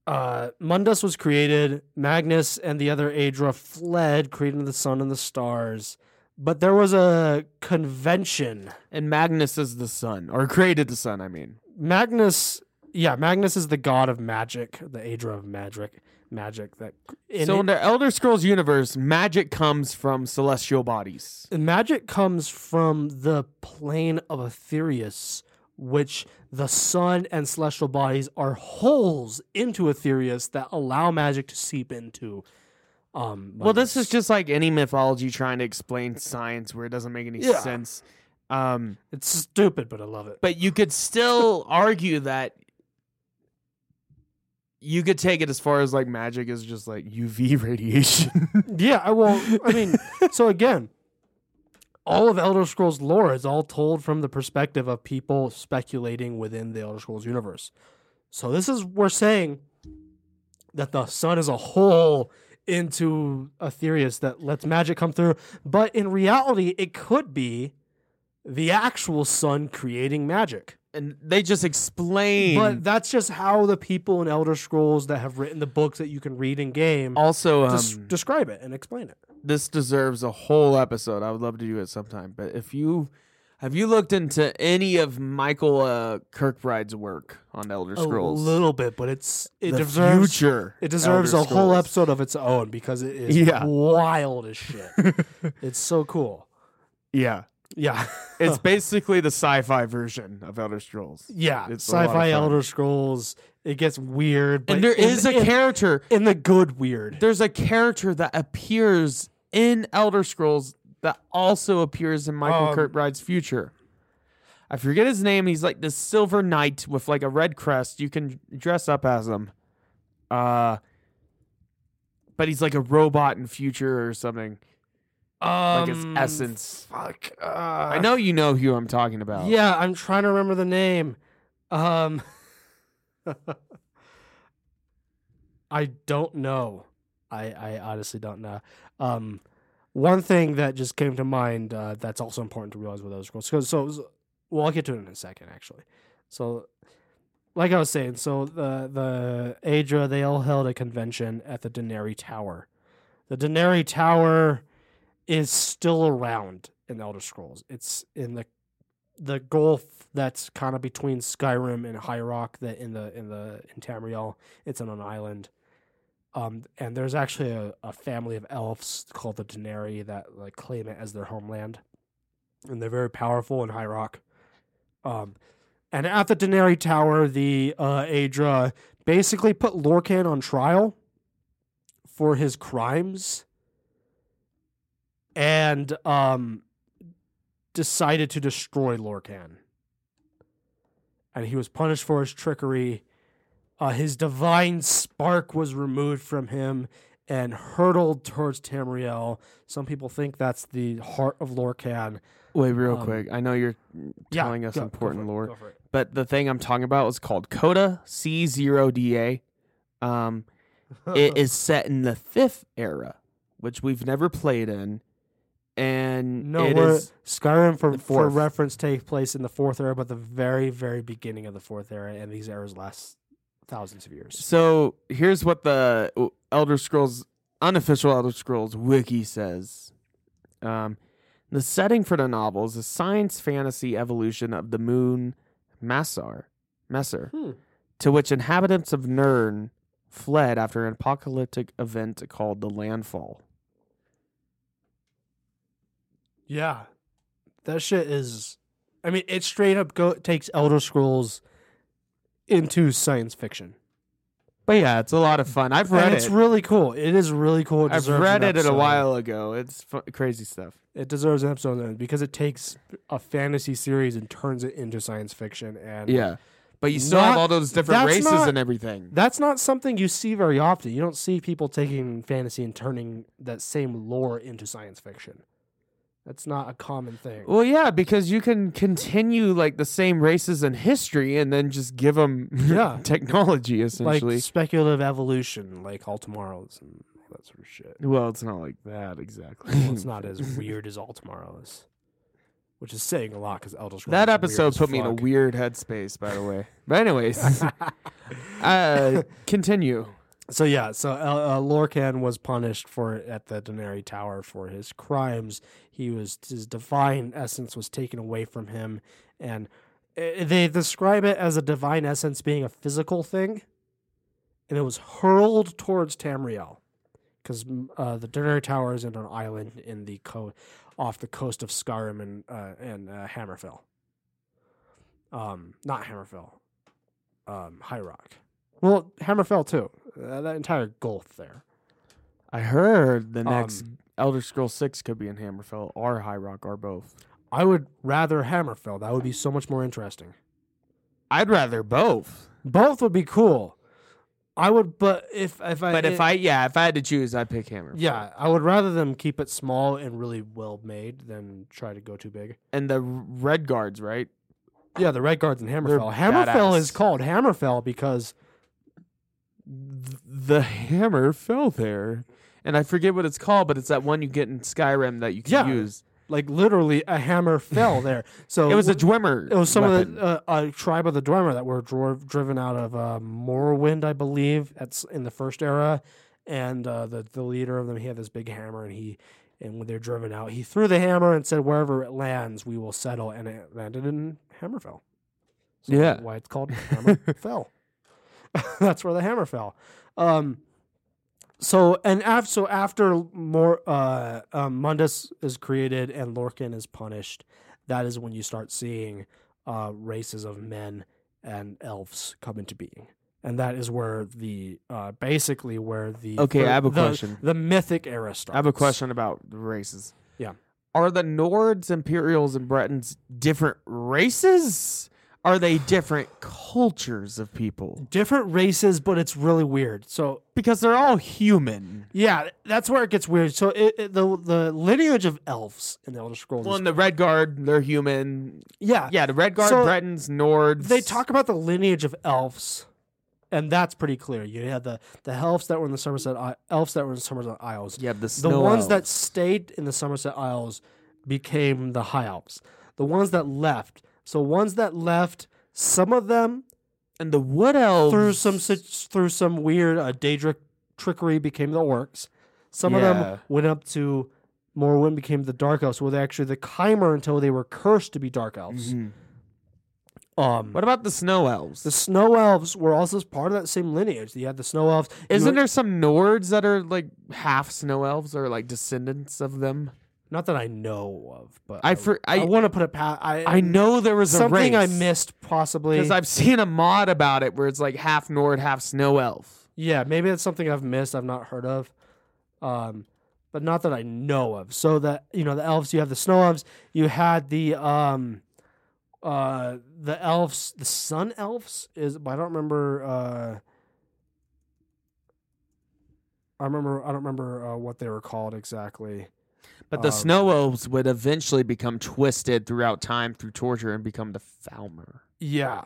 Uh, Mundus was created. Magnus and the other Aedra fled, creating the sun and the stars. But there was a convention
and Magnus is the sun, or created the sun. I mean,
Magnus, yeah, Magnus is the god of magic, the Aedra of magic, magic. That in
so
it-
in the Elder Scrolls universe, magic comes from celestial bodies.
and magic comes from the plane of Aetherius, which the sun and celestial bodies are holes into Aetherius that allow magic to seep into. Um,
Well, this is just like any mythology trying to explain science where it doesn't make any
Yeah.
sense. Um,
it's stupid, but I love it.
but you could still argue that you could take it as far as like magic is just like UV radiation.
Yeah, I well, I mean, so again, all of Elder Scrolls lore is all told from the perspective of people speculating within the Elder Scrolls universe. So this is we're saying that the sun is a hole into Aetherius that lets magic come through, but in reality, it could be the actual sun creating magic.
and they just explain.
But that's just how the people in Elder Scrolls that have written the books that you can read in game
also, um,
des- describe it and explain it.
this deserves a whole episode. I would love to do it sometime. But if you have you looked into any of Michael uh, Kirkbride's work on Elder Scrolls,
A little bit, but it's it
the
deserves
future.
it deserves a
Elder
whole
Scrolls.
episode of its own because it is
Yeah.
wild as shit. it's so cool.
Yeah,
Yeah.
it's basically the sci-fi version of Elder Scrolls.
yeah.
It's a lot of
Sci-fi
fun.
Elder Scrolls. It gets weird, but
And there is a
in,
character.
in the good weird.
There's a character that appears in Elder Scrolls that also appears in Michael
Um,
Kirkbride's future. I forget his name. He's like this silver knight with like a red crest. You can dress up as him. Uh but he's like a robot in future or something. Like his
Um,
essence.
Fuck. Uh,
I know you know who I'm talking about.
Yeah, I'm trying to remember the name. Um I don't know. I I honestly don't know. Um one thing that just came to mind uh, that's also important to realize with those scrolls. So, so well, I'll get to it in a second actually. So like I was saying, so the the Aedra they all held a convention at the Denari Tower. The Denari Tower is still around in Elder Scrolls. It's in the the gulf that's kind of between Skyrim and High Rock that in the in the in Tamriel, it's on an island. Um, and there's actually a, a family of elves called the Denari that like claim it as their homeland, and they're very powerful in High Rock. Um, and at the Denari Tower, the uh, Aedra basically put Lorcan on trial for his crimes and um, decided to destroy Lorcan. And he was punished for his trickery. Uh, his divine spark was removed from him and hurtled towards Tamriel. Some people think that's the heart of Lorcan.
Wait, real
Um,
quick. I know you're
Yeah,
telling us
go- go
important
for it,
lore,
go for it.
but the thing I'm talking about is called Coda C0DA. Um, it is set in the fifth era, which we've never played in, and
No,
it
we're,
is
Skyrim for,
the
for
fourth.
reference takes place in the fourth era, but the very, very beginning of the fourth era, and these eras last thousands of years.
So here's what the Elder Scrolls unofficial Elder Scrolls wiki says. Um, the setting for the novel is a science fantasy evolution of the moon Massar, Messer,
Hmm.
to which inhabitants of Nern fled after an apocalyptic event called the Landfall.
Yeah, that shit is. I mean, it straight up go, takes Elder Scrolls into science fiction.
But yeah, it's a lot of fun. I've read
and it's
it.
really cool. It is really cool. It
I've
deserves
read
an
it a
episode.
while ago. It's fu- crazy stuff.
It deserves an episode then because it takes a fantasy series and turns it into science fiction. And
Yeah, but you still have
Not-
all those different
that's
races
not-
and everything.
That's not something you see very often. You don't see people taking fantasy and turning that same lore into science fiction. That's not a common thing.
Well, yeah, because you can continue like the same races in history and then just give them
Yeah.
technology
Like
essentially.
speculative evolution, like Altamara's and all that sort of shit.
well, it's not like that exactly.
Well, it's not as weird as Altamara's, which is saying a lot because Elder Scrolls.
that
is weird
episode
as
put me in a
fuck.
weird headspace, by the way. But anyways, uh, continue.
So yeah, so uh, uh, Lorcan was punished for at the Denari Tower for his crimes. He was his divine essence was taken away from him, and uh, they describe it as a divine essence being a physical thing, and it was hurled towards Tamriel, because uh, the Denari Tower is in an island in the co- off the coast of Skyrim and uh, and uh, Hammerfell. Um, not Hammerfell, um, High Rock. Well, Hammerfell too. Uh, that entire gulf there.
I heard the next
Um,
Elder Scroll Six could be in Hammerfell or High Rock or both.
I would rather Hammerfell. That would be so much more interesting.
I'd rather both.
Both would be cool. I would, but if if I
But if I yeah, if I had to choose, I'd pick Hammerfell.
yeah, I would rather them keep it small and really well made than try to go too big.
And the Red Guards, right?
Yeah, the Red Guards in Hammerfell.
They're
Hammerfell
badass.
is called Hammerfell because
th- the hammer fell there. And I forget what it's called, but it's that one you get in Skyrim that you can
Yeah.
use.
like literally a hammer fell there. So
It was a
wh-
Dwemer.
it was some
weapon.
of the uh, a tribe of the Dwemer that were dro- driven out of uh, Morrowind, I believe, at s- in the first era, and uh, the the leader of them he had this big hammer, and he and when they're driven out, he threw the hammer and said, "Wherever it lands, we will settle," and it landed in Hammerfell. So
Yeah.
that's why it's called Hammerfell. that's where the hammer fell. Um, so and after so after more uh, um, Mundus is created and Lorcan is punished, that is when you start seeing uh, races of men and elves come into being, and that is where the uh, basically where the
Okay, I have a
uh, the-
question.
The mythic era starts.
I have a question about the races.
Yeah.
Are the Nords, Imperials, and Bretons different races? Are they different cultures of people?
Different races, but it's really weird. So
Because they're all human.
yeah, that's where it gets weird. So it, it, the the lineage of elves in the Elder Scrolls, is-
Well, in the Red Guard, they're human.
yeah,
Yeah, the Red Guard,
Uh, So,
Bretons, Nords.
they talk about the lineage of elves, and that's pretty clear. You had the the elves that were in the Somerset I- elves that were in Somerset Isles.
Yeah, the
the
snow
ones that
elves.
stayed in the Somerset Isles became the High Alps. The ones that left, so ones that left, some of them
and the Wood Elves
through some sit- through some weird uh, Daedric trickery became the orcs. Some of
Yeah.
them went up to Morrowind became the Dark Elves. Well, they actually the Chimer until they were cursed to be Dark Elves.
Mhm. Mm-hmm.
Um,
What about the Snow Elves?
Mm-hmm. the Snow Elves were also part of that same lineage. You had the Snow Elves. you
Isn't
had-
there some Nords that are like half snow elves or like descendants of them?
Not that I know of, but
I for- I-
want to put it past. I,
I know there was a
Oh, something I
race,
missed possibly.
because I've seen a mod about it where it's like half Nord, half snow elf.
yeah, maybe it's something I've missed. I've not heard of. um, but not that I know of. So the you know the elves, you have the snow elves, you had the um, uh, the elves, the sun elves is I don't remember. Uh, I remember I don't remember uh, what they were called exactly.
But the
Um,
snow elves would eventually become twisted throughout time through torture and become the Falmer.
Yeah,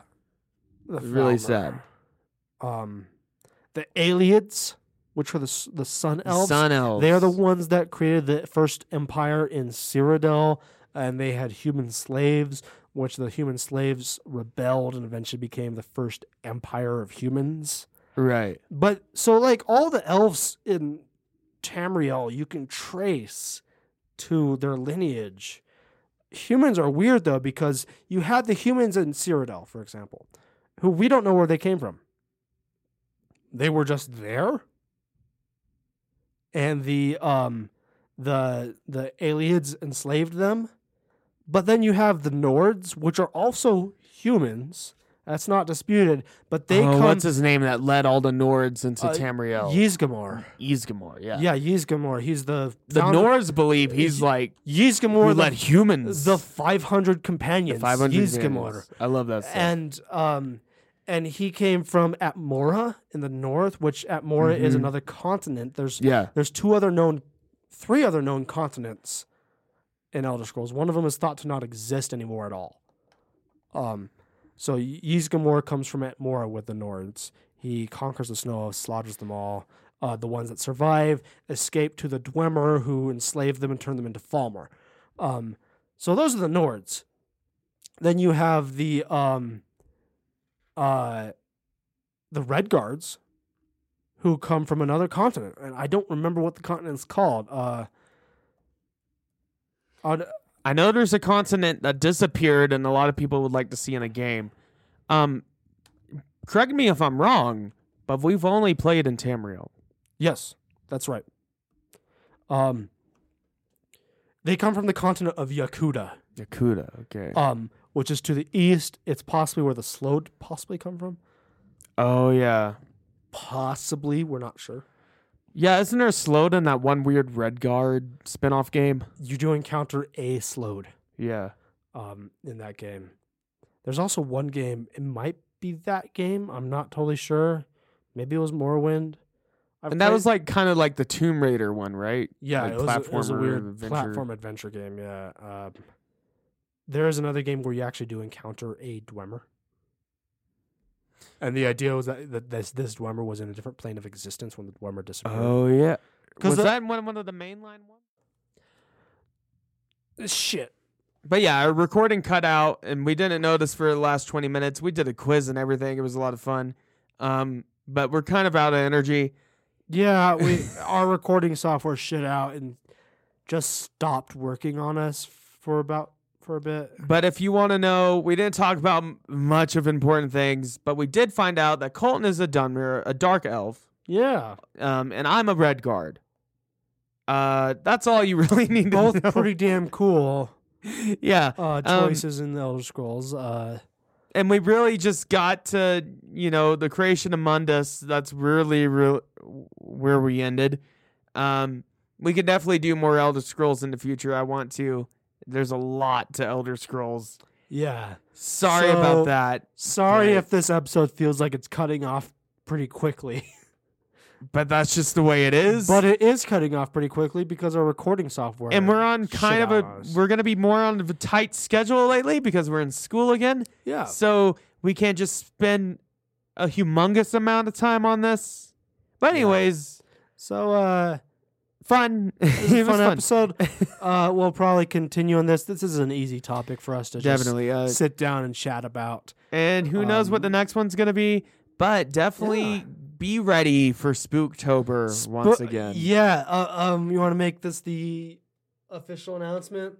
the
It's really
Falmer.
sad.
Um, the aliens, which were the s- the sun elves.
Sun elves.
They are the ones that created the first empire in Cyrodiil, and they had human slaves, which the human slaves rebelled and eventually became the first empire of humans.
right.
But so, like all the elves in Tamriel, you can trace to their lineage. Humans are weird though because you had the humans in Cyrodiil, for example, who we don't know where they came from. They were just there, and the um, the the aliens enslaved them. But then you have the Nords, which are also humans. That's not disputed. But they
oh,
come
what's his name that led all the Nords into
Uh,
Tamriel?
Yizgamor.
Yzgamor, yeah.
Yeah, Yizgamor. He's the
The
founder-
Nords believe he's
Y-
like
Yizgamor,
who let
the,
humans
the 500 companions.
the 500
Yizgamor.
Xehanort. I love that stuff.
And um and he came from Atmora in the north, which Atmora is
Mhm.
another continent. There's
yeah.
there's two other known three other known continents in Elder Scrolls. One of them is thought to not exist anymore at all. Um so Yzgamor comes from Atmora with the Nords. He conquers the snow, elves, slaughters them all. Uh, the ones that survive escape to the Dwemer, who enslave them and turn them into Falmer. Um, so those are the Nords. Then you have the um, uh, the Red Guards, who come from another continent, and I don't remember what the continent's called. Uh, I'd-
I know there's a continent that disappeared and a lot of people would like to see in a game. Um correct me if I'm wrong, but we've only played in Tamriel.
yes, that's right. Um, they come from the continent of Yakuta,
Yakuta, okay.
um, which is to the east. It's possibly where the Slowed possibly come from.
oh yeah.
Possibly, we're not sure.
Yeah, isn't there Slowed in that one weird Red Guard spin-off game?
You do encounter a Slowed.
Yeah.
um, in that game. There's also one game. It might be that game. I'm not totally sure. Maybe it was Morrowind. I've
And that
played-
was like kind of like the Tomb Raider one, right?
yeah,
like
it, was a, it was a
platformer
weird
adventure.
platform adventure game. Yeah. Um, there is another game where you actually do encounter a Dwemer. And the idea was that, that this this Dwemer was in a different plane of existence when the Dwemer disappeared.
Oh yeah.
'Cause
Was
the-
that one one of the mainline ones?
shit!
But yeah, our recording cut out, and we didn't notice for the last 20 minutes. We did a quiz and everything. It was a lot of fun. Um, but we're kind of out of energy.
Yeah, we our recording software shit out and just stopped working on us for about for a bit.
But if you want to know, we didn't talk about m- much of important things, but we did find out that Colton is a Dunmer, a dark elf,
Yeah,
um, and I'm a red guard. Uh, that's all you really need to
both
know.
pretty damn cool
yeah.
uh,
Um,
choices in the Elder Scrolls. Uh,
and we really just got to you know the creation of Mundus. That's really real where we ended. Um, we could definitely do more Elder Scrolls in the future. I want to. There's a lot to Elder Scrolls.
yeah,
Sorry
So-
about that,
sorry
Right.
if this episode feels like it's cutting off pretty quickly,
but that's just the way it is.
but it is cutting off pretty quickly because our recording software.
and we're on
shit
kind of
out
a
on us.
we're gonna be more on a tight schedule lately because we're in school again.
yeah,
So we can't just spend a humongous amount of time on this. But
Yeah.
anyways,
so uh,
fun.
this is a
it was
fun,
fun.
episode. uh, we'll probably continue on this. This is an easy topic for us to
Definitely. Uh,
just sit down and chat about.
and who knows what the
um,
next one's going to be, but definitely
Yeah.
be ready for Spooktober once
But-
again. Yeah,
yeah, uh, um, you want to make this the official announcement?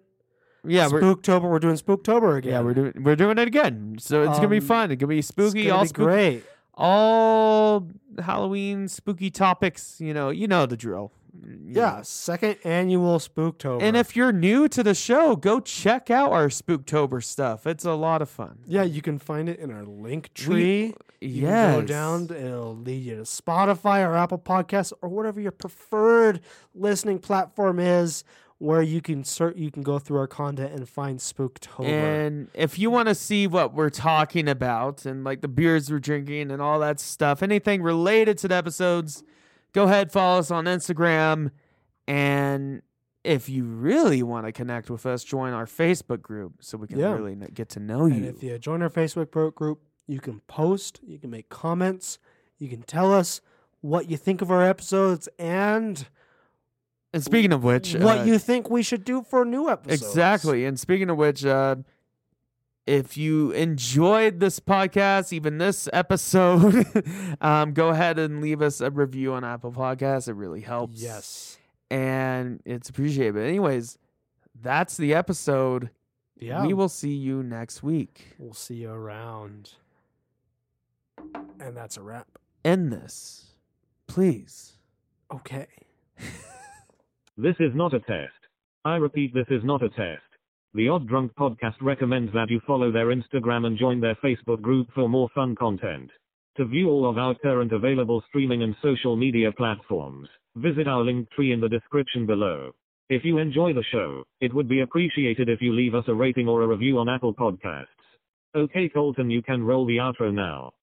we're
Spooktober. We're doing Spooktober again.
yeah, we're doing we're doing it again. So it's going to be
Um,
fun. It's going to be
It's
spooky,
gonna
all
be
spooky,
great.
all Halloween spooky topics, you know, you know the drill. you know.
Yeah, second annual Spooktober.
And if you're new to the show, go check out our Spooktober stuff. It's a lot of fun.
yeah, you can find it in our link tree. You
yes.
can go down, and it'll lead you to Spotify or Apple Podcasts or whatever your preferred listening platform is, where you can search, you can go through our content and find Spooktober.
And if you want to see what we're talking about and like the beers we're drinking and all that stuff, anything related to the episodes, go ahead, follow us on Instagram. And if you really want to connect with us, join our Facebook group so we can
Yeah.
really n- get to know
And
you.
if you join our Facebook pro- group, you can post, you can make comments, you can tell us what you think of our episodes and
and speaking of which, uh,
what you think we should do for new episodes.
Exactly. And speaking of which, uh, if you enjoyed this podcast, even this episode, um, go ahead and leave us a review on Apple Podcasts. It really helps.
Yes.
And it's appreciated. But, anyways, that's the episode.
Yeah.
We will see you next week.
We'll see you around. And that's a wrap.
End this, please.
Okay.
This is not a test. I repeat, this is not a test. The Odd Drunk Podcast recommends that you follow their Instagram and join their Facebook group for more fun content. To view all of our current available streaming and social media platforms, visit our link tree in the description below. If you enjoy the show, it would be appreciated if you leave us a rating or a review on Apple Podcasts. Okay, Colton, you can roll the outro now.